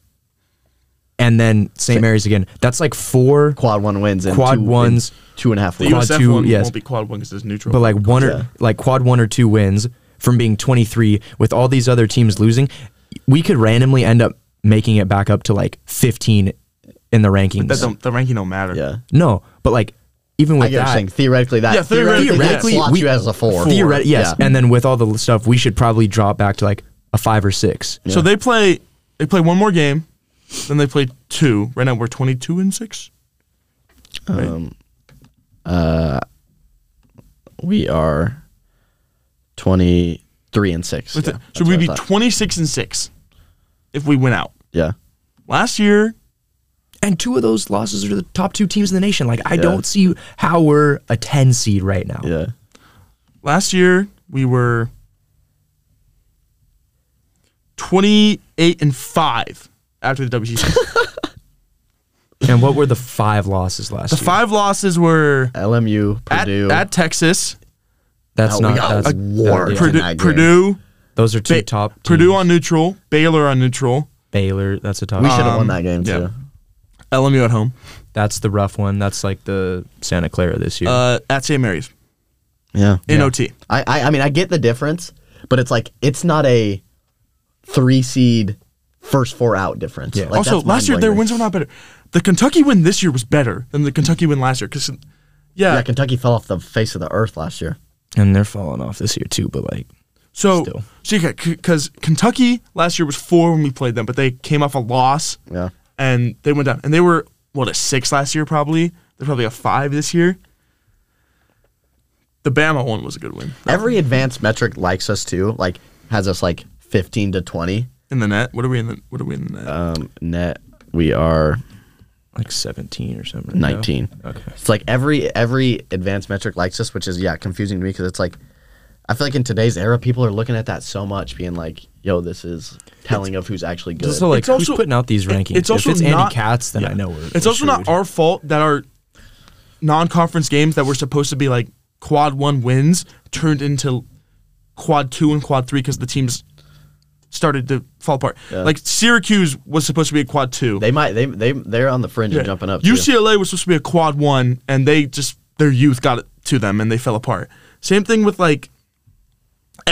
and then St. Mary's again. That's like four,
Quad one wins. And
Quad
two,
ones.
in two and a half
The
weeks.
Quad
USF
two,
one
yes.
won't be quad one because it's neutral.
but like one
Yeah.
or like quad one or two wins from being 23 with all these other teams losing. We could randomly end up making it back up to like 15 in the rankings.
that don't, the ranking don't matter.
yeah.
no, but like even with
I get what
that,
you're saying. Theoretically, that
Yeah, theoretically,
theoretically
yes.
slots
we-
you as a four.
Theoret- yes.
Yeah.
And then with all the l- stuff, we should probably drop back to like a five or six.
So they play they play one more game, then they play two. Right now we're twenty two and six.
Um, uh, we are twenty three and six.
That's
Yeah,
it.
that's
so
what I
we'd be
thought.
twenty six and six if we win out.
yeah.
Last year,
And two of those losses are to the top two teams in the nation. Like I
Yeah.
don't see how we're a ten seed right now.
Yeah.
last year we were twenty eight and five after the
[laughs]
WCC.
And what were the five losses last
the
year?
five losses were
LMU,
at,
Purdue.
at Texas,
That's
Oh,
not.
we got
That's,
warped.
yeah.
Purdue-
Purdue, Purdue,
Those are two
Ba-
top. Teams.
Purdue on neutral, Baylor on neutral,
Baylor. That's a top.
we should have
um,
won that game
yeah.
too.
LMU at home,
that's the rough one. That's like the Santa Clara this year.
uh, at St. Mary's
Yeah.
in
Yeah.
OT.
I, I I mean I get the difference, but it's like it's not a three seed first four out difference.
Yeah.
Like,
also,
that's
last year their
mind-blowing.
wins were not better. The Kentucky win this year was better than the Kentucky win last year. Because, yeah,
Yeah, Kentucky fell off the face of the earth last year.
and they're falling off this year too. But like,
so
still.
because Kentucky last year was four when we played them, but they came off a loss.
Yeah.
and they went down, and they were what a six last year probably. They're probably a five this year. The Bama one was a good win
Every advanced metric likes us too. Like has us like fifteen to twenty.
in the net. What are we in the? What are we in the net?
Um, net we are
like seventeen or something. no?
19
Okay.
it's like every every advanced metric likes this which is yeah confusing to me because it's like I feel like in today's era, people are looking at that so much, being like, "Yo, this is telling of who's actually good."
So like,
It's
who's
also-
putting out these
it-
rankings?
it's also
if it's
not-
Andy Katz, then I
Yeah.
know we're.
It's
we're
also not
screwed.
our fault that our non-conference games that were supposed to be like quad one wins turned into quad two and quad three because the teams started to fall apart.
Yeah.
Like Syracuse was supposed to be a quad two.
they might they they they're on the fringe
Yeah.
of jumping up. too.
UCLA was supposed to be a quad one, and they just their youth got it to them, and they fell apart. Same thing with like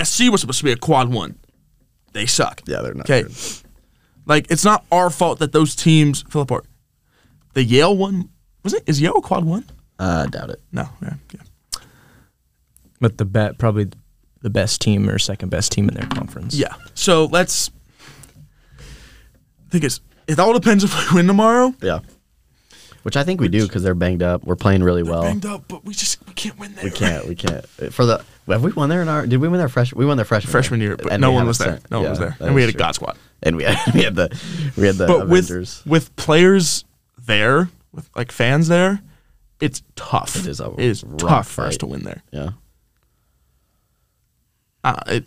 SC was supposed to be a quad one. They suck.
Yeah, they're not
Okay,
good.
like it's not our fault that those teams fell apart. The Yale one was it? Is Yale a quad one?
Uh, I doubt it.
No. Yeah. yeah.
but the bet probably the best team or second best team in their conference.
Yeah. So let's. I think it's it all depends if we win tomorrow.
Yeah, which I think we do because they're banged up. We're playing really well.
Banged up, but we just we can't win there.
We can't. We can't. For the have we won there in our? Did we win our freshman? We won their
[laughs]
freshman
Freshman year, but
And
no
we
one
haven't
was there.
sent-
No one
yeah,
was there,
that
and we
is
had a
true.
god squad.
And we [laughs] had we had the we had the
But
Avengers.
with with players there, with like fans there, it's tough.
It is a
it is
rough
tough for us
fight.
to win there.
yeah,
Uh, it,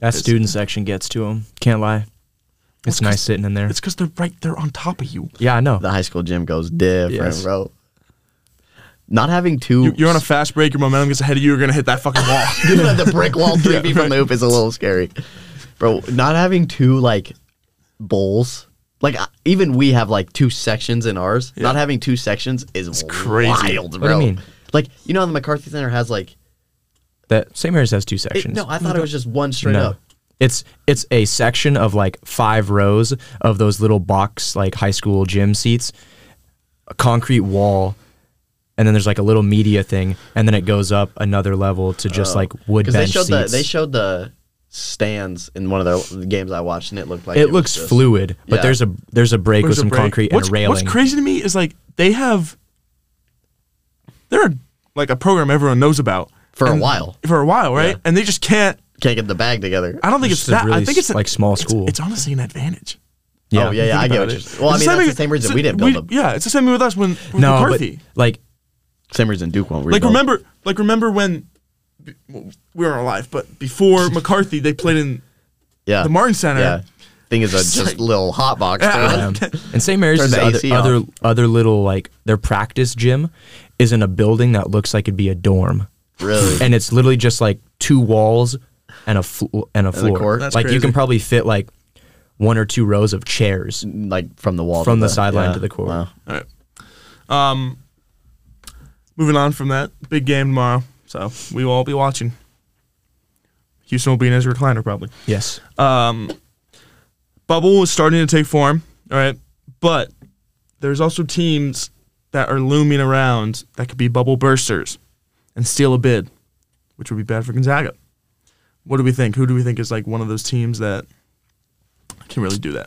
that student section gets to them. Can't lie. It's
It's 'cause-
nice sitting in there.
it's because they're right there on top of you.
Yeah, I know.
the high school gym goes different,
Yes.
bro. Not having two.
You- You're on a fast break. Your momentum gets ahead of you. You're gonna hit that fucking
[laughs]
wall.
the brick wall three feet from the hoop is a little scary, bro. Not having two like bowls, like I- even we have like two sections in ours. Not having two sections is
crazy.
wild,
do you
bro.
mean?
Like you know, how the McCarthy Center has like
that St. Mary's has two
it-
sections.
no. I thought it was just one straight
No.
up.
It's it's a section of like five rows of those little box like high school gym seats, a concrete wall, and then there's like a little media thing, and then it goes up another level to just like wood
Because Oh. they
bench
showed the
seats.
they showed the stands in one of their games I watched, and it looked like
it,
was
looks
just-
fluid, but
Yeah.
there's a there's a break with
There's a
some
break.
concrete
what's,
and a railing.
What's crazy to me is like they have, they're like a program everyone knows about
For a
and-
while.
For a while, right?
Yeah.
And they just can't.
Can't get the bag together.
I don't think
It's
it's
just a
that. I
really
think it's
s- like small
it's-
school.
It's, honestly an advantage.
yeah,
Oh yeah, yeah. I
Think
get
about
what you're
it.
saying. Well, I
It's
mean, that's the
thing-
same reason
it's-
we didn't build
we-
them.
Yeah, it's the same with us when with
No, but-
McCarthy.
like
Same reason Duke won't.
like
rebuild.
remember, like remember when b- well, we were alive, but before McCarthy, they played in.
yeah,
the Martin Center.
Yeah, thing is a
[laughs] It's
just
like-
little hot box.
Yeah.
bro.
And St. Mary's
Turn
is
the
other,
AC
other
off.
other little like their practice gym is in a building that looks like it'd be a dorm,
Really?
and it's literally just like two walls and a flo- and a floor.
court?
Like
That's
you can
crazy.
probably fit like one or two rows of chairs.
like from the wall
From
to
the sideline
yeah.
to the court.
Wow.
All right. Um, moving on from that big game tomorrow, so we will all be watching. Houston will be in his recliner probably.
Yes,
Um, bubble is starting to take form. All right, but there's also teams that are looming around that could be bubble bursters and steal a bid, which would be bad for Gonzaga. What do we think? Who do we think is like one of those teams that can really do that?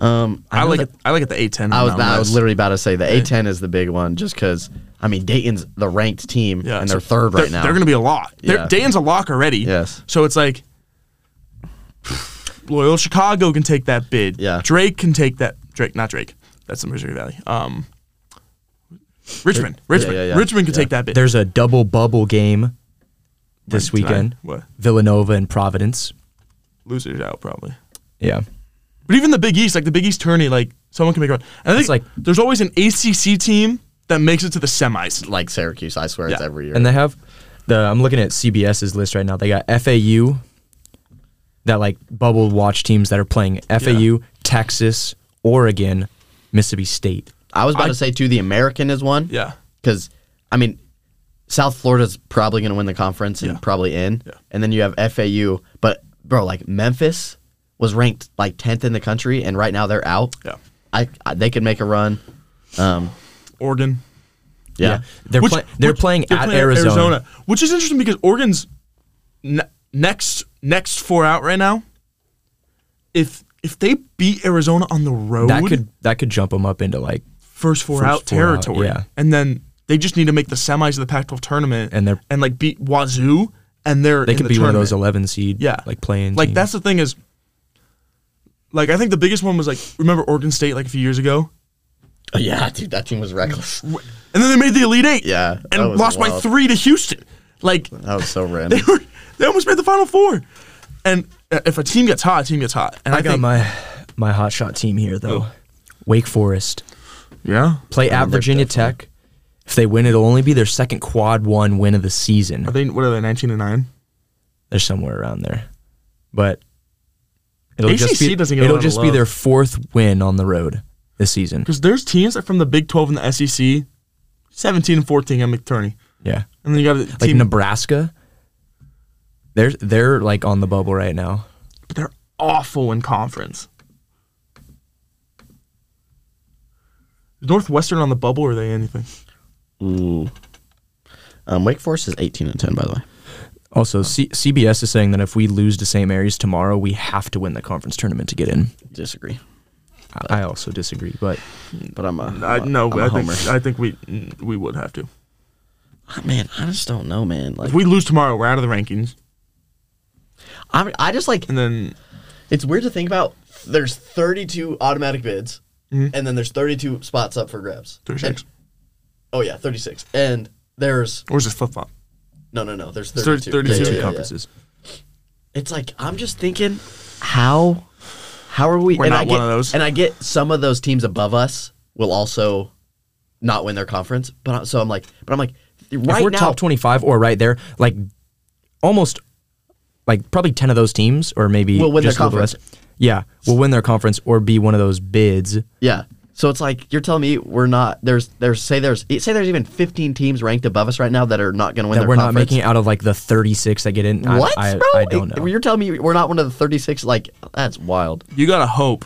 Um,
I,
know
like
that-
it. I like it. The eight ten.
I was, I was literally about to say the A10 is the big one, just because I mean Dayton's the ranked team and they're third right now.
They're going to be a lock. They're-
Yeah.
Dayton's a lock already.
Yes.
So it's like [sighs] Loyal Chicago can take that bid.
Yeah.
Drake can take that. Drake, not Drake. That's in Missouri Valley. Um, Richmond. Richmond.
yeah, yeah.
Richmond could
Yeah.
take that bid.
there's a double bubble game this
Tonight.
weekend.
What?
Villanova and Providence.
Losers out probably.
Yeah,
But even the Big East, like the Big East tourney, like someone can make a run. And I think
It's
like
like-
there's always an ACC team that makes it to the semis.
like Syracuse, I swear it's
Yeah.
every year.
and they have the. I'm looking at CBS's list right now. They got FAU. That like bubble watch teams that are playing FAU, Texas, Oregon, Mississippi State.
I was about
I-
to say too, the American is one.
Yeah.
because I mean, South Florida's probably going to win the conference and
Yeah.
probably in.
Yeah.
And then you have FAU, but bro, like Memphis was ranked like tenth in the country, and right now they're out.
Yeah.
I, I they could make a run. Um,
Oregon.
yeah.
They're,
Which-
play- they're
which-
playing
they're
at Arizona.
which is interesting because Oregon's ne- next next four out right now. If if they beat Arizona on the road,
That could that could jump them up into like
first four
first
out
four out,
territory,
yeah.
and then they just need to make the semis of the Pac-12 tournament,
And they're-
and like beat Wazoo, and they're
they
in
could
the
be one of
tournament.
those eleven seed
yeah
like playing
like
teams.
that's the thing is like I think the biggest one was like remember Oregon State like a few years ago
Oh, Yeah, dude, that team
[laughs]
was reckless.
and then they made the Elite Eight.
Yeah, that
and
was
lost by
wild.
three to Houston. Like
That was so random.
they [laughs] were, they almost made the Final Four. And uh, if a team gets hot, a team gets hot. And I,
I got
think-
my my hot shot team here though. Wake Forest
yeah.
play at
they're
Virginia Tech. If they win, it'll only be their second quad one win of the season.
Are they what are they nineteen and nine?
They're somewhere around there, but it'll just
ACC
be
doesn't get a
it'll
lot of
just be
love.
their fourth win on the road this season.
Because there's teams that from the Big Twelve and the SEC, seventeen and fourteen at McTurney,
Yeah,
and then you got a
like
team.
Nebraska. They're they're like on the bubble right now.
but they're awful in conference. Is Northwestern on the bubble? Or are they anything?
Ooh. Um, Wake Forest is 18 and 10, by the way.
Also, C- CBS is saying that if we lose to St. Mary's tomorrow, we have to win the conference tournament to get in.
Disagree.
I I also disagree, but
But I'm a,
I no.
I'm a
I think
homer. Ah,
I think we we would have to.
man, I just don't know, man. Like,
If we lose tomorrow, we're out of the rankings,
I, mean, I just like
and then
it's weird to think about. There's 32 automatic bids,
Mm-hmm.
and then there's 32 spots up for grabs.
Thirty six.
And- Oh yeah, 36. And there's
or is it flip flop?
no, no, no. There's
Thir-
32.
32
Yeah, yeah,
two
yeah, yeah.
conferences.
It's like I'm just thinking, how, how are we?
We're
and
not
I get,
one of those.
And I get some of those teams above us will also not win their conference. But I- so I'm like, but I'm like, right
if we're
now,
top 25 or right there, like almost like probably 10 of those teams or maybe
Will win their
just a little
conference.
less. Yeah, will win their conference or be one of those bids.
Yeah. So it's like you're telling me we're not there's there's say there's say there's even 15 teams ranked above us right now that are not going to win
That
their
we're not
conference.
making it out of like the 36 that get in. I-
what,
I,
bro?
I don't know.
You're telling me we're not one of the 36 like that's wild.
You gotta hope.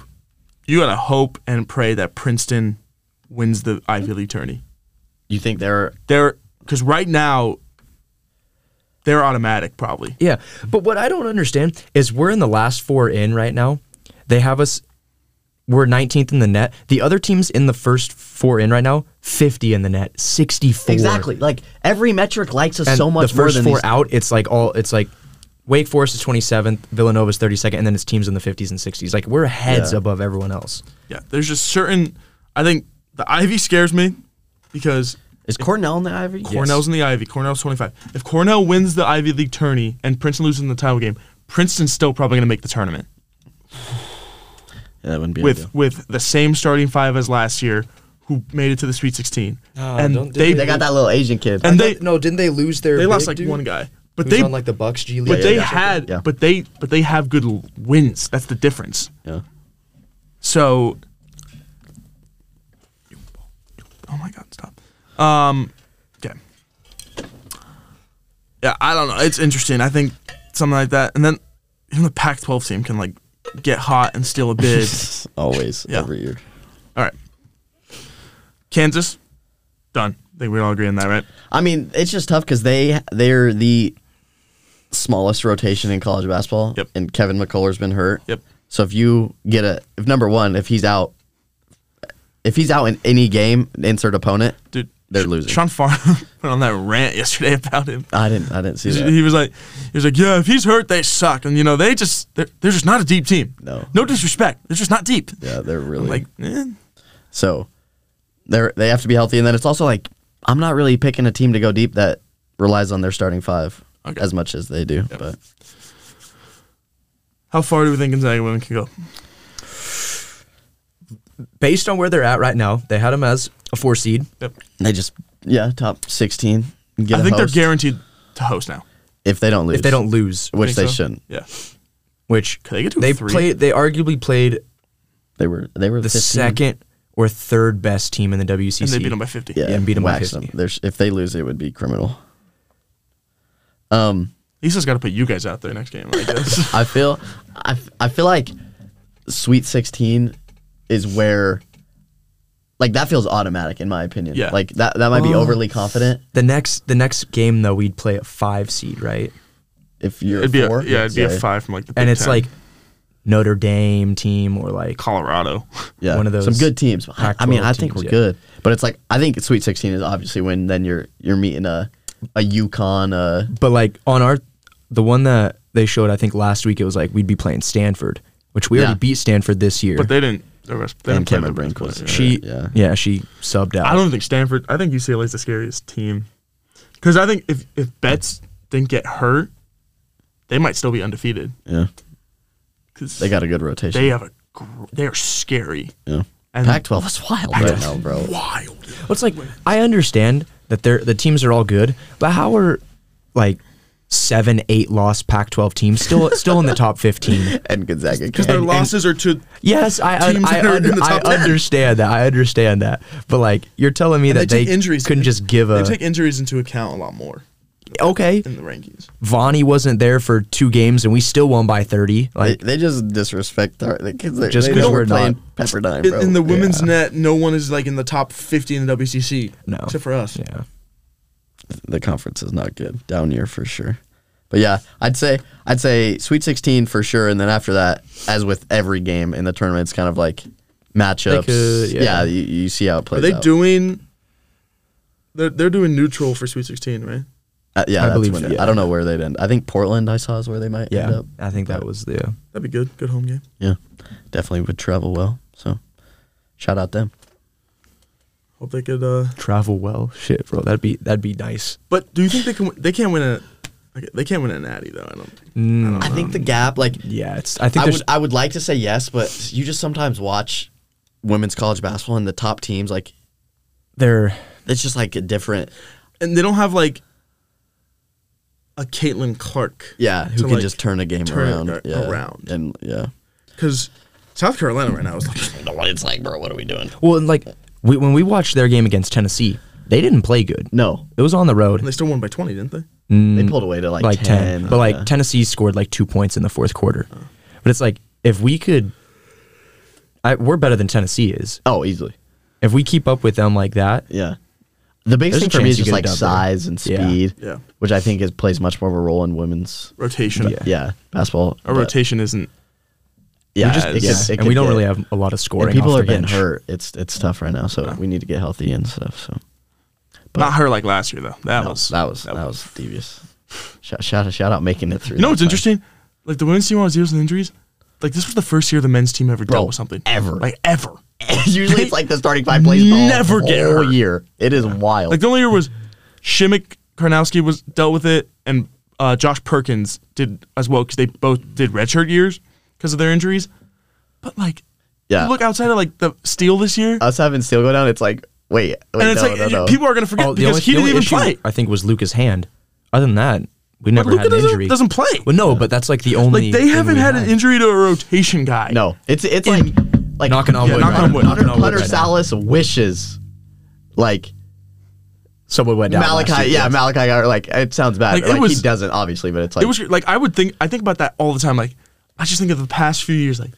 You gotta hope and pray that Princeton wins the Ivy League tourney.
You think they're
They're because right now they're automatic probably.
Yeah. But what I don't understand is we're in the last four in right now. They have us we're 19th in the net. The other teams in the first four in right now, 50 in the net, 64.
Exactly. Like every metric likes us
And
so much
the first
more than
four
these-
out, it's like all it's like Wake Forest is 27th, Villanova's 32nd, and then it's teams in the 50s and 60s. Like we're heads
Yeah.
above everyone else.
Yeah, there's just certain. I think the Ivy scares me because
Is Cornell in the Ivy?
Cornell's in the Ivy. Cornell's 25. If Cornell wins the Ivy League tourney and Princeton loses in the title game, Princeton's still probably gonna make the tournament
Yeah, that wouldn't be
with with the same starting five as last year, who made it to the Sweet 16. and
don't-
they
They got that little Asian kid.
and they
no, didn't they lose their?
they lost like one guy, but they
the Bucks G League.
But
Yeah,
they
yeah, yeah.
had,
Yeah.
but they, but they have good l- wins. That's the difference.
yeah.
So, oh my god, stop. Um, okay. Yeah, I don't know. It's interesting. I think something like that, and then even the Pac-12 team can like get hot and steal a
[laughs]
bid.
Always
Yeah.
every year.
all right, Kansas, done. I think we all agree on that, right?
I mean, it's just tough because they they're the smallest rotation in college basketball.
Yep.
And Kevin McCullough's been hurt.
Yep.
So if you get a if number one, if he's out if he's out in any game, insert opponent.
Dude,
They're
Sh-
losing.
Sean Farnham [laughs] went on that rant yesterday about him.
I didn't I didn't see
He's-
that.
He was like, he was like, yeah, if he's hurt, they suck, and you know they just they're, they're just not a deep team.
No.
no disrespect, they're just not deep.
yeah, they're really
I'm like, eh.
so they're they have to be healthy and then it's also like I'm not really picking a team to go deep that relies on their starting five
Okay.
as much as they do. But
how far do we think Gonzaga women can go?
Based on where they're at right now, they had them as a four seed.
they just yeah, top sixteen. Get
I
a
think
host
they're guaranteed to host now.
if they don't lose.
If they don't lose,
which
Think
they
so?
shouldn't.
Yeah,
which
Could they get to a
they
three?
played, they arguably played
They were they were
the
15.
second or third best team in the WCC.
and they beat them by fifty.
yeah,
and beat 'em by
wax
50.
There's, if they lose, it would be criminal. Um,
he's just got to put you guys out there next game. I
[laughs]
guess.
I feel, I, f- I feel like Sweet Sixteen is where, like that feels automatic in my opinion.
Yeah.
Like that that might be overly confident
The next the next game though, we'd play a five seed, right?
if you're
it'd be a,
four.
yeah, it'd be a
say.
five from like the Big
And it's
10.
like Notre Dame team or
[laughs]
like
Colorado.
Yeah,
one of
some
those
good teams. I, I mean,
Pac-12
I think
teams,
we're
yeah.
good, but it's like I think Sweet Sixteen is obviously when then you're you're meeting a a UConn. uh, A,
but like on our the one that they showed I think last week it was like we'd be playing Stanford, which we
Yeah.
already beat Stanford this year.
but they didn't. the rest. they
and
don't play the
Cameron
best
Brink was.
player.
She
yeah.
yeah. she subbed out.
I don't think Stanford. I think UCLA is the scariest team because I think if if Betts didn't get hurt, they might still be undefeated
Yeah,
because
they got a good rotation.
they have a gr- they are scary
yeah.
and
Pac-12 is wild right
[laughs]
now, bro.
wild.
Well, it's like I understand that they're the teams are all good, but how are like seven, eight loss Pac-12 teams still [laughs] still in the top fifteen?
And Gonzaga
Because their
can't.
losses are to
Yes, I I,
Teams
I,
that are
un-
in the top
I
10.
understand that. I understand that. But like you're telling me
and
that they,
take injuries.
couldn't just give a
They take injuries into account a lot more
okay.
in the rankings.
Vonnie wasn't there for two games and we still won by thirty.
Like
Like
they, just disrespect our the kids. They,
Just
they
'cause
know
we're
we're
not-
playing Pepperdine,
In,
bro.
in the women's
Yeah.
net, no one is like in the top fifty in the WCC.
no,
except for us.
Yeah,
the conference is not good down year for sure. But yeah, I'd say I'd say Sweet 16 for sure, and then after that, as with every game in the tournament, it's kind of like matchups.
could-
yeah,
yeah.
you, you see how it plays.
Are they
out.
doing? They're they're doing neutral for Sweet Sixteen, right?
Uh, yeah,
I
that's
believe
when
so,
it-
yeah.
I don't know where they'd end. I think Portland, I saw, is where they might end
yeah.
up.
I think that was the
That'd be good. Good home game.
Yeah, definitely would travel well. So, shout out them.
Hope they could. uh
travel well. Shit, bro, that'd be that'd be nice.
But do you think they can? They can't win a. okay, They can't win a natty though. I don't. think.
Mm,
I think the gap, like
yeah, it's. I think
I
there's
would I would like to say yes, but you just sometimes watch women's college basketball and the top teams like
there.
it's just like a different
And they don't have like a Caitlin Clark
yeah who
To,
can
like,
just turn a game
turn it
around
ar-
yeah.
around.
and yeah
because South Carolina right now is like
it's like bro what are we doing
Well, and like we, when we watched their game against Tennessee, they didn't play good.
no
It was on the road.
they still won by twenty, didn't they?
they pulled away to like, uh,
like 10,
10,
but like
yeah.
Tennessee scored like two points in the fourth quarter. But it's like if we could, I, we're better than Tennessee is.
oh easily
If we keep up with them like that,
yeah the biggest
There's
thing
a
for me
chance
is
you
just
get a
like
dub there.
size and
Yeah.
speed
Yeah.
which I think is plays much more of a role in women's
Rotation.
Yeah.
yeah basketball
Our
but-
rotation isn't.
yeah
we just,
it
yeah,
could- it
and
could
we don't
get-
really have a lot of scoring.
and people
off
are
the
getting
bench.
hurt it's it's tough right now so we need to get healthy and stuff so
not her like last year though. That
No,
was
that was that, was, devious. Shout, shout shout out making it through.
You know
that
what's
time.
interesting? Like the women's team always deals with injuries. Like this was the first year the men's team ever
Bro,
dealt with something
ever.
Like ever.
[laughs] Usually it's like the starting five plays. the whole-
Never get
whole
hurt.
year. It is wild.
Like the only year was Shimmick Karnowski was dealt with it, and uh, Josh Perkins did as well because they both did redshirt years because of their injuries. But like,
Yeah.
look outside of like the Steele this year,
Us having Steele go down, it's like wait, wait
and it's
no,
like
no, no.
people are gonna forget
Oh, the
because
only,
he
the
didn't
only
even
issue,
play.
I think was Luca's hand. Other than that, we never
Luka
had an
doesn't-
injury.
doesn't play.
Well, no, but that's like the only.
Like they
thing
haven't
we
had an injury to a rotation guy.
no, it's it's
In-
like like
Knocking on
yeah,
wood.
knock
right
on
now.
wood,
Hunter,
knocking on wood
Hunter
right now.
Salas wishes, like
Someone went down. last
Malachi.
year,
Yeah,
yes.
Malachi. Are like it sounds bad.
Like,
but,
it
Like, he
was-
doesn't obviously, but it's like
it was like I would think. I think about that all the time. Like I just think of the past few years. Like,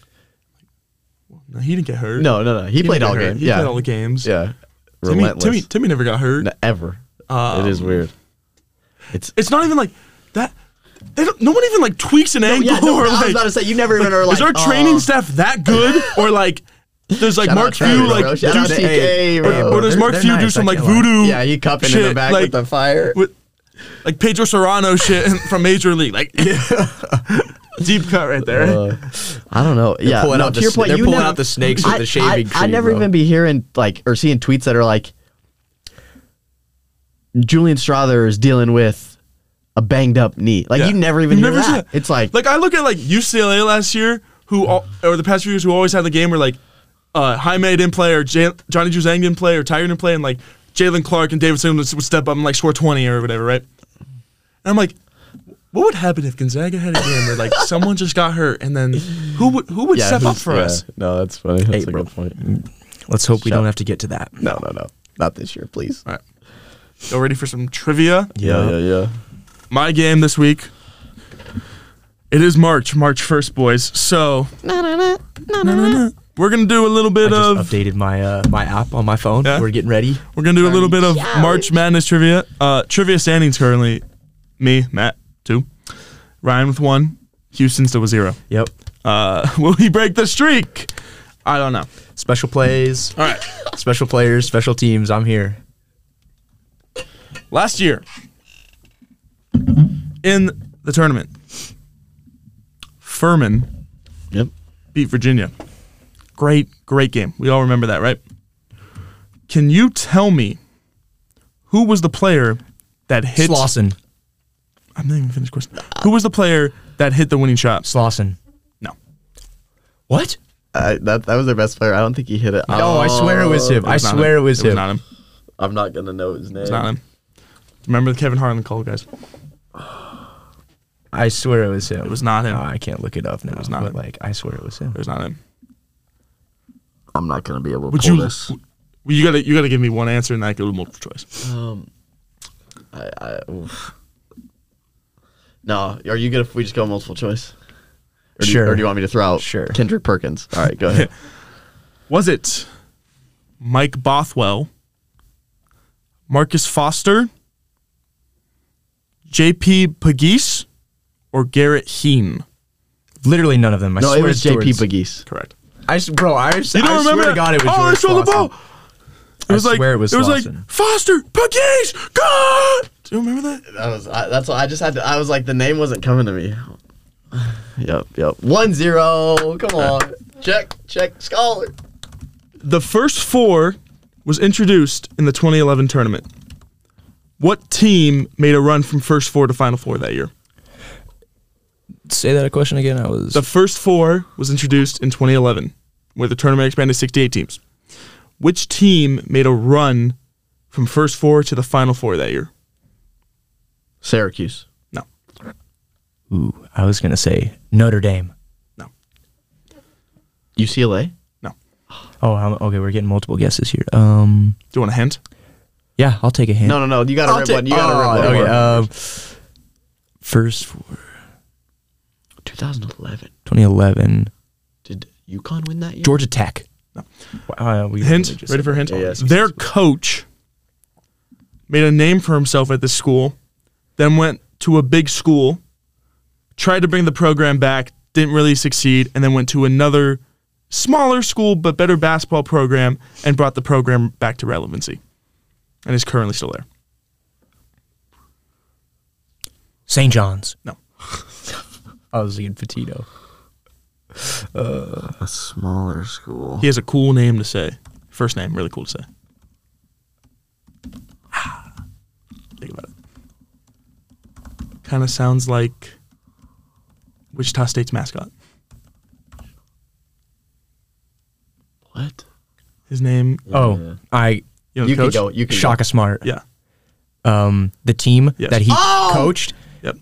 well, no, he didn't get hurt.
no, no, no. He,
didn't
played
get
all
hurt.
game.
He
yeah,
played all the games.
yeah.
Timmy, Um,
Relentless.
Timmy, Timmy never got hurt.
No, ever. it is weird.
[laughs]
It's
It's not even like that. They don't, no one even like tweaks an angle
yeah, no,
or
[laughs] I was
like.
about to say you never even are like.
is our
"Oh,
training staff that good? Or like, does like
Shout out
Mark
Trevor,
Few like
bro.
do
Shout out
some,
TK, bro.
or, or does
They're-
Mark
they're
Few do
nice,
some
I
like
can't lie.
voodoo?
Yeah, he cupping in the
shit,
back
like,
with the fire.
with- like Pedro Serrano shit [laughs] from Major League, like
[laughs]
deep cut right there.
Uh, I don't know. yeah,
pulling
no,
out
to
the
your
s-
point,
they're
you
pulling
never-
out the snakes with
I,
the shaving
I, I
tree,
never
bro.
even be hearing like or seeing tweets that are like, Julian Strother is dealing with a banged up knee. Like
Yeah.
you never even
You
hear
never see
that.
that.
It's like,
like I look at like UCLA last year, who all, or the past few years, who always had the game where like uh, Jaime didn't play, or Jan- Johnny Juzang didn't play, or Tiger didn't play, and like Jalen Clark and David Simmons would step up and like score twenty or whatever, right? And I'm like, what would happen if Gonzaga had a game where like [laughs] someone just got hurt, and then who would who would
yeah,
step up
who's-
for
yeah.
us?
No, that's funny. That's a
bro.
good point.
Let's hope we
Shut-
don't have to get to that.
No, no, no, not this year, please.
All right, y'all ready for some trivia?
yeah, yeah.
My game this week. It is March, March first, boys. So we're gonna do a little
I
bit
just
of
updated my uh, my app on my phone.
Yeah?
We're getting ready.
We're gonna do a little bit of March Madness trivia. Uh, trivia standings currently: me, Matt, two, Ryan with one, Houston still with zero.
Yep.
Uh, [laughs] will he break the streak? I don't know.
Special plays.
All right.
special players, special teams. I'm here.
Last year, in the tournament, Furman
Yep.
beat Virginia. Great, great game. We all remember that, right? Can you tell me who was the player that hit?
Slauson.
I'm not even finished. Question. Who was the player that hit the winning shot?
Slauson.
No.
What?
I, that that was their best player. I don't think he hit it.
No, I swear it was him. I
was not
swear
him.
it was
It was
him.
not him.
I'm not gonna know his name.
It's not him. Remember the Kevin Harlan call, guys.
I swear it was him.
It was not him.
No, I can't look it up now. It
was not
But
him.
like, I swear it was him.
It was not him.
I'm not gonna be able to
Would
pull
you?
this.
w- You gotta you gotta give me one answer and I give a multiple choice.
Um, I, I, oof. No, are you good if we just go multiple choice? Or do you-
Sure.
or do you want me to throw out
Sure.
Kendrick Perkins? All
[laughs]
right, go ahead.
Was it Mike Bothwell, Marcus Foster, J.P. Pagese, or Garrett Heen?
Literally none of them. I
no,
swear
it was
it's
JP
Jordan's.
Bagis.
Correct.
I s- bro, I, s-
You don't
I
remember?
swear to God, it was
oh, I
Jordan
stole the
Slauson.
ball. It
I
was like
swear it was Slauson.
like Foster, Pagese, God. Do you remember that?
That was I, that's what I just had. To, I was like, the name wasn't coming to [sighs] me. Yep, yep. One zero. Come on, check, check, scholar.
The first four was introduced in the 2011 tournament. What team made a run from first four to final four that year?
Say that a question again. I was.
The first four was introduced in 2011, where the tournament expanded to 68 teams. Which team made a run from first four to the final four that year?
Syracuse.
No,
Ooh, I was gonna say Notre Dame.
no,
UCLA.
no.
Oh, how, okay, we're getting multiple guesses here. Um,
Do you want a hint?
yeah, I'll take a hint.
No, no, no. You got
I'll
to rip
ta-
one. You got to
oh,
rip one.
Okay,
uh,
um, first for
2011.
2011,
Did UConn win that year?
Georgia Tech. Wow, we
Hint?
really just-
Ready for a hint?
Yeah, yeah.
Their coach made a name for himself at this school, then went to a big school, tried to bring the program back, didn't really succeed, and then went to another smaller school but better basketball program and brought the program back to relevancy and is currently still there.
St. John's.
No.
I was thinking Petito.
A smaller school.
He has a cool name to say. First name, really cool to say. Ah, Think about it. Kind of sounds like Wichita State's mascot.
What?
His name,
Oh, I
you know, the
You can
coach?
go. You can
Shaka Smart.
Yeah.
Um, the team
Yes.
that he
Oh!
coached.
Yep.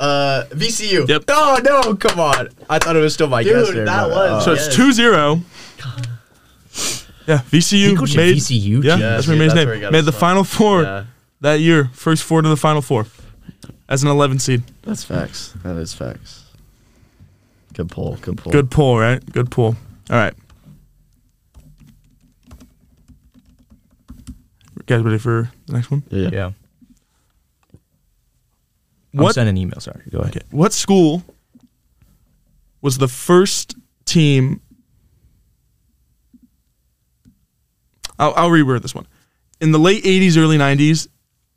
Go. Uh, VCU.
Yep.
Oh no! Come on. I thought it was still my
Dude,
guess. there,
that
but, uh,
was-
So
Yes.
it's 2 0. Yeah, VCU
He coached at
made
VCU?
Yeah,
Jeez.
that's
Yeah,
where he made his
that's where
name.
he got
Made
his
the
spot.
final four
Yeah.
that year. First four to the final four as an 11 seed.
That's facts. That is facts. Good pull. Good pull.
Good pull, right? Good pull. All right. Guys, ready for the next one?
Yeah.
Yeah. I'm
What-
sending email. Sorry. Go ahead.
What school was the first team? I'll, I'll reword this one. In the late 80s, early 90s,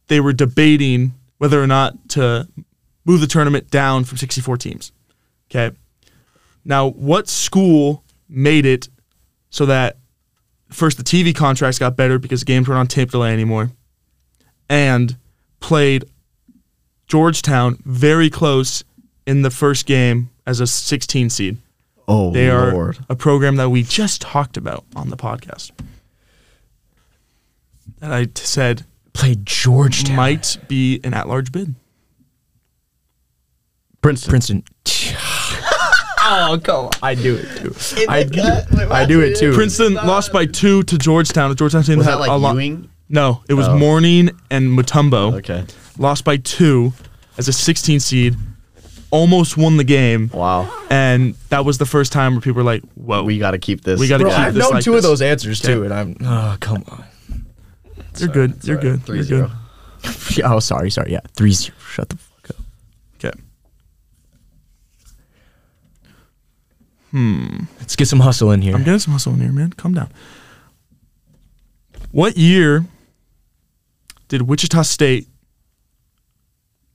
they were debating whether or not to move the tournament down from 64 teams. Okay. Now, what school made it so that first the TV contracts got better because games weren't on tape delay anymore and played Georgetown very close in the first game as a 16 seed.
Oh,
They are
Lord.
a program that we just talked about on the podcast. That I t- said
Played Georgetown.
might be an at-large bid.
Princeton.
[laughs] Princeton. oh come on! I do it too. I do.
gut? Wait,
I do it too.
Princeton lost by two to Georgetown. The Georgetown team
Was
had
that like
a lot.
Ewing?
No, it was
Oh.
Morning and Mutombo.
Okay.
Lost by two as a 16 seed. Almost won the game,
Wow.
and that was the first time where people were like, "Whoa,
We got to keep this.
We gotta
Bro,
keep
I've
this
known
like
two
this.
of those answers too, and I'm. Oh come on.
you're good, you're good,
Three
you're
zero.
good."
[laughs] Yeah, oh, sorry, sorry. Yeah, three zero. Shut the fuck up.
Okay.
Let's get some hustle in here.
I'm getting some hustle in here, man. Calm down. What year did Wichita State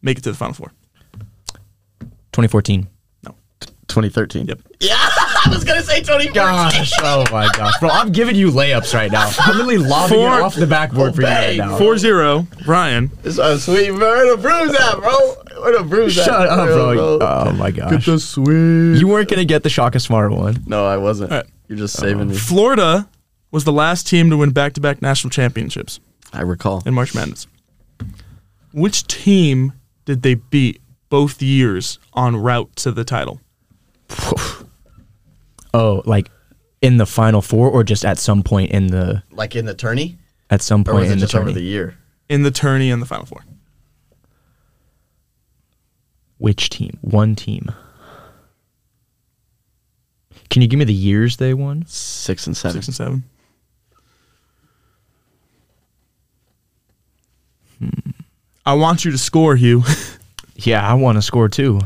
make it to the Final Four?
2014.
No.
2013.
Yep.
[laughs] I was gonna say Tony
Gosh, oh my gosh, bro! I'm giving you layups right now. I'm literally lobbing
Four-
it off the backboard for you right
Obey.
now.
4 0, Ryan.
This is sweet, bro. Where the bruise at, bro? Where the bruise at?
Shut up,
Where
bro!
the
Oh my gosh, you weren't gonna get the shock of smart one.
No, I wasn't.
All right. Uh-huh.
You're just saving me.
Florida was the last team to win back to back national championships
I recall.
in March Madness. Which team did they beat both years en route to the title?
Oh, like in the final four, or just at some point in the
Like in the tourney,
at some
or was
point
it
in the
just over the
tourney.
year?
In the tourney and the Final Four.
Which team? One team. Can you give me the years they won?
Six and seven.
Six and seven. Hmm. I want you to score, Hugh. [laughs]
Yeah, I want to score too.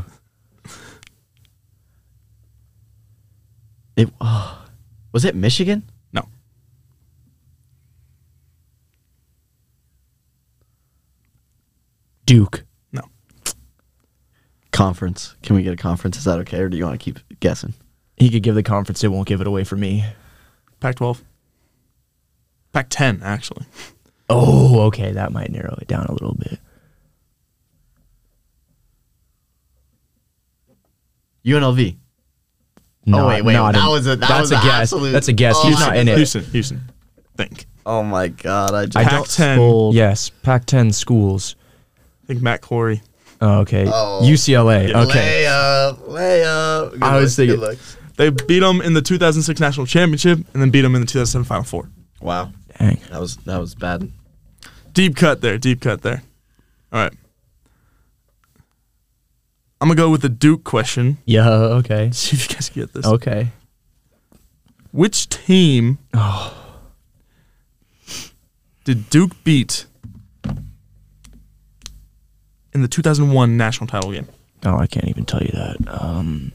It, oh. was it Michigan?
no.
Duke.
No.
Conference. Can we get a conference? Is that okay, or do you want to keep guessing?
He could give the conference. It won't give it away for me.
Pac 12. Pac 10, actually.
Oh, okay. That might narrow it down a little bit.
Oh, UNLV.
Not-
wait, wait,
not
that
in-
was a- that
that's
was
a
an
guess.
absolute-
That's a guess.
Oh
He's
my
not in it.
Houston, Houston. Think.
Oh my god! I just
I don't- Pac-10.
School- Yes, Pac-10 schools.
Think Matt Corey.
Oh, okay.
Oh.
UCLA. Okay.
Layup, layup. Good
I
looks,
was
good
thinking-
looks.
They beat them in the 2006 national championship and then beat them in the 2007 Final Four.
Wow,
Dang.
that was that was bad.
Deep cut there. Deep cut there. All right. I'm going to go with the Duke question. [laughs]
Yeah. Okay.
See if you guys get this.
Okay.
Which team did Duke beat in the 2001 national title game?
Oh, I can't even tell you that. Um,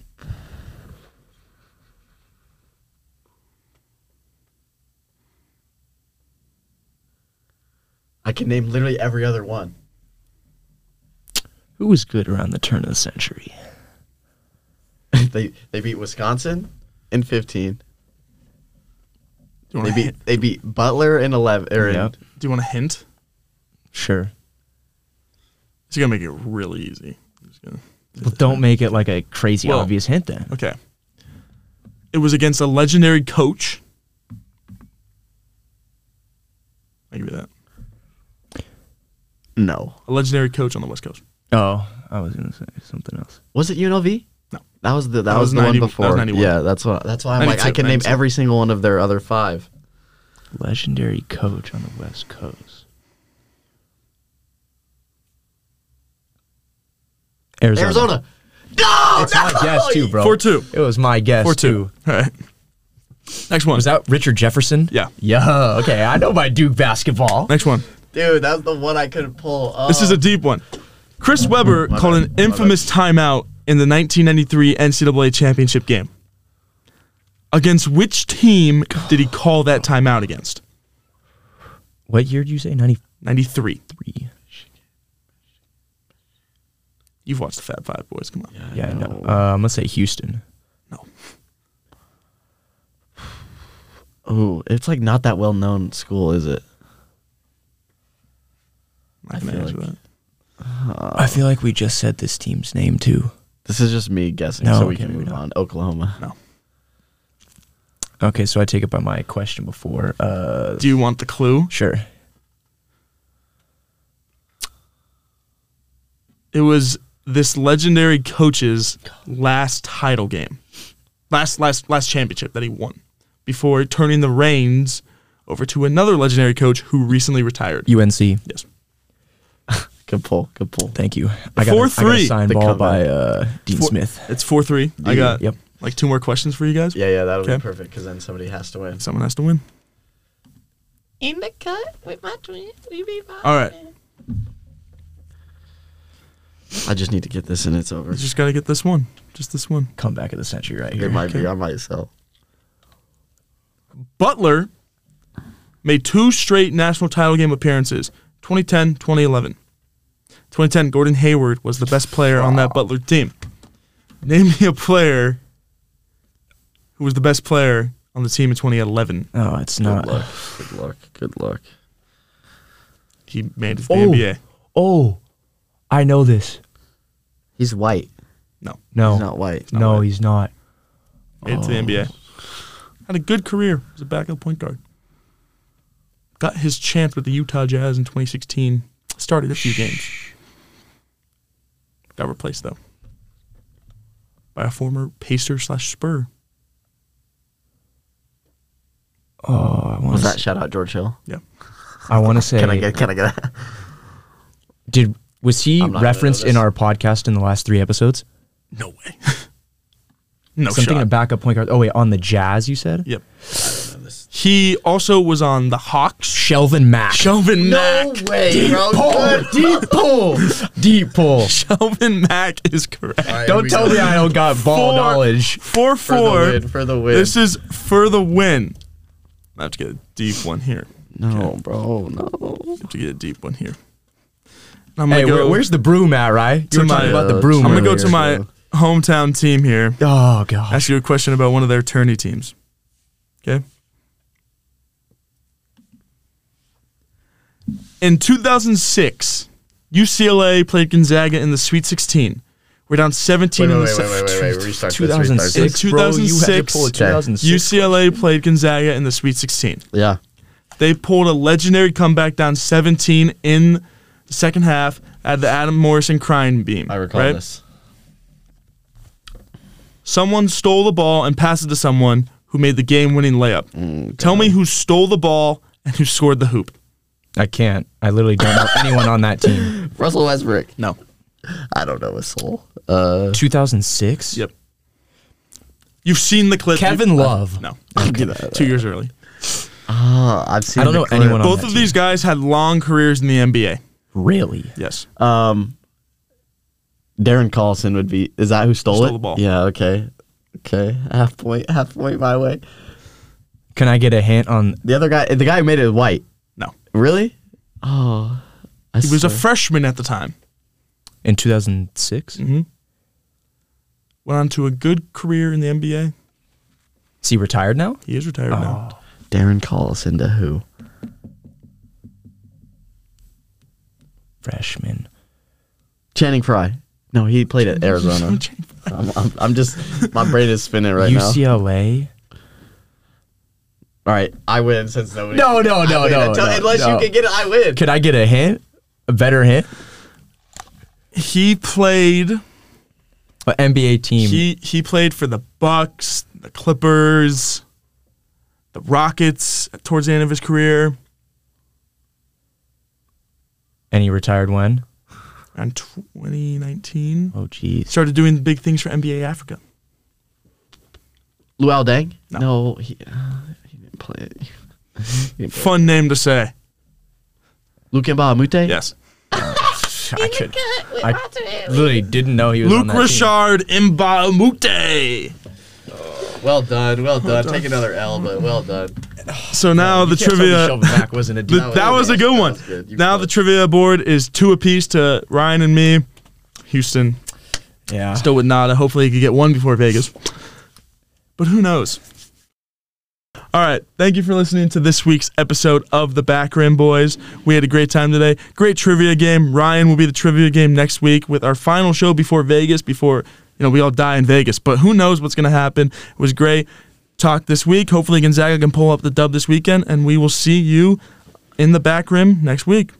I can name literally every other one. [laughs]
who was good around the turn of the century?
they they beat Wisconsin in fifteen.
Do you
They
want, a,
beat they beat Butler in eleven. Or in-
Yep.
do you want a hint?
Sure.
It's going to make it really easy. I'm just gonna-
Well, don't make it like a crazy
Well-
obvious hint then.
Okay. It was against a legendary coach. I give you that.
No.
A legendary coach on the West Coast.
Oh, I was gonna say something else.
Was it UNLV?
No.
That was the that,
was
was, the
90
one
that was
before.
91.
yeah, that's what that's why I'm like I
92,
can
92.
name every single one of their other five.
Legendary coach on the West Coast. Arizona.
Arizona. No,
It's my guess too, bro.
4-2.
It was my guess
Four
too.
two. All right. Next one.
Was that Richard Jefferson?
Yeah.
Yeah. Okay, I know my Duke basketball.
Next one.
dude, that's the one I couldn't pull. Oh.
This is a deep one. Chris Webber called an infamous timeout in the 1993 NCAA championship game. Against which team did he call that timeout against?
What year did you say? Ninety
93.
three.
You've watched the Fab Five Boys. Come on.
Yeah, no. Um, let's say Houston.
No.
Ooh, it's like not that well known school, is it?
I'm not going to
feel
answer
like-
that.
I feel like we just said this team's name too.
This is just me guessing,
No,
so we
okay,
can
we
move
don't.
on. Oklahoma.
No.
Okay, so I take it by my question before. Uh,
Do you want the clue?
sure.
It was this legendary coach's last title game, last last last championship that he won, before turning the reins over to another legendary coach who recently retired.
UNC.
Yes.
Good pull. Good pull.
Thank you. I got, a, I got a
4-3.
sign
The
ball
comeback.
by uh, Dean
Four-
Smith.
It's four three. I got
Yep.
like two more questions for you guys.
Yeah, yeah, that'll
Okay.
be perfect because then somebody has to win.
Someone has to win.
in the cut with my twin. We be fine.
All right.
I just need to get this and it's over.
You just gotta get this one. Just this one.
Comeback of the century right
It
here.
might be on myself.
Butler made two straight national title game appearances 2010, 2011. 2010, Gordon Hayward was the best player on that Butler team. Name me a player who was the best player on the team in 2011.
Oh, it's
Good
not.
luck. Good luck. Good luck.
He made it to the
Oh.
NBA.
Oh, I know this.
He's white.
No,
No,
He's not white.
no, he's not.
made it to the NBA. Had a good career as a backup point guard. Got his chance with the Utah Jazz in 2016. Started a few games. Got replaced though by a former Pacer slash Spur.
Oh, I want
Was
to.
that shout out George Hill?
Yeah,
I want to say.
Can I get? Can I get? A,
Did was he
I'm not gonna
referenced
know
in
this.
our podcast in the last three episodes?
no way. [laughs] no
Something
shot.
a backup point guard. Oh wait, on the Jazz, you said.
yep. He also was on the Hawks.
Shelvin Mack.
Shelvin Mack. [laughs]
way, bro.
deep pull. deep pull.
Shelvin Mack is correct.
Don't tell me I don't got ball
Four-
knowledge.
Four
For the
four.
win, for the win.
This is for the win. I have to get a deep one here.
no, bro. No.
I have to get a deep one here. And I'm
Hey,
gonna
where,
go
where's the broom at, right? You were
my-
talking about
Yeah,
the
I'm
broom.
gonna go
earlier,
to my
so-
hometown team here.
Oh god.
Ask you a question about one of their tourney teams. Okay. In 2006, UCLA played Gonzaga in the Sweet 16. We're down 17
Wait, wait,
in the
wait,
se-
wait, wait, wait, restart this, restart
2006,
In
bro. You had
2006,
to pull a
okay.
2006.
UCLA played Gonzaga in the Sweet 16.
Yeah.
They pulled a legendary comeback down 17 in the second half at the Adam Morrison crying beam.
I recall
right?
this.
Someone stole the ball and passed it to someone who made the game-winning layup.
Mm,
Tell me who stole the ball and who scored the hoop.
I can't. I literally don't know anyone on
[laughs]
that team.
Russell Westbrook.
No.
I don't know his soul. Uh,
2006.
Yep. You've seen the clip.
Kevin
You-
Love.
No.
[laughs]
Two years early.
uh, I've seen.
I don't
the
know
clip.
anyone on
Both
that
of these guys had long careers in the NBA.
Really?
Yes.
Um, Darren Collison would be. Is that who stole,
Stole
it?
the ball.
Yeah. Okay. Okay. Half point. Half point my way.
Can I get a hint on?
The other guy. The guy who made it is white.
No.
Really? Oh. I
He was a
swear.
freshman at the time.
In 2006?
Mm-hmm.
Went on to a good career in the NBA.
Is he retired now?
He is retired now.
Oh.
Darren Collison to who?
Freshman.
Channing Frye. No, he played at
[laughs]
Arizona. I'm, I'm, I'm just. My brain is spinning right now.
UCLA?
All right, I win since nobody.
No, no, no,
I win.
no,
Until-
no,
unless
no.
you can get it, I win.
Could I get a hint? A better hint?
He played
But NBA team.
He he played for the Bucks, the Clippers, the Rockets towards the end of his career,
and he retired when?
around 2019.
Oh, jeez.
Started doing big things for NBA Africa.
Luau Dang?
No.
No, he, uh, he didn't play. It.
Fun name to say.
Luke Mbamute?
Yes.
I
In the
could.
cut with
I-
my twin.
Literally didn't know he was on
Luke
that team.
Richard Mbamute.
Well done, well done. Take another L, but well done.
So now the
You can't tell me
trivia.
Shelvin
[laughs]
Mack wasn't
[laughs]
a
The,
That
that, was
was
a
good.
good
That
one.
was good. You
Now
played.
the trivia board is two apiece to Ryan and me. Houston
yeah.
still with Nada. Hopefully, he could get one before Vegas. But who knows? All right. Thank you for listening to this week's episode of the Back Rim Boys. We had a great time today. Great trivia game. Ryan will be the trivia game next week with our final show before Vegas, before, you know, we all die in Vegas. But who knows what's going to happen? It was great talk this week. Hopefully, Gonzaga can pull up the dub this weekend, and we will see you in the Back Rim next week.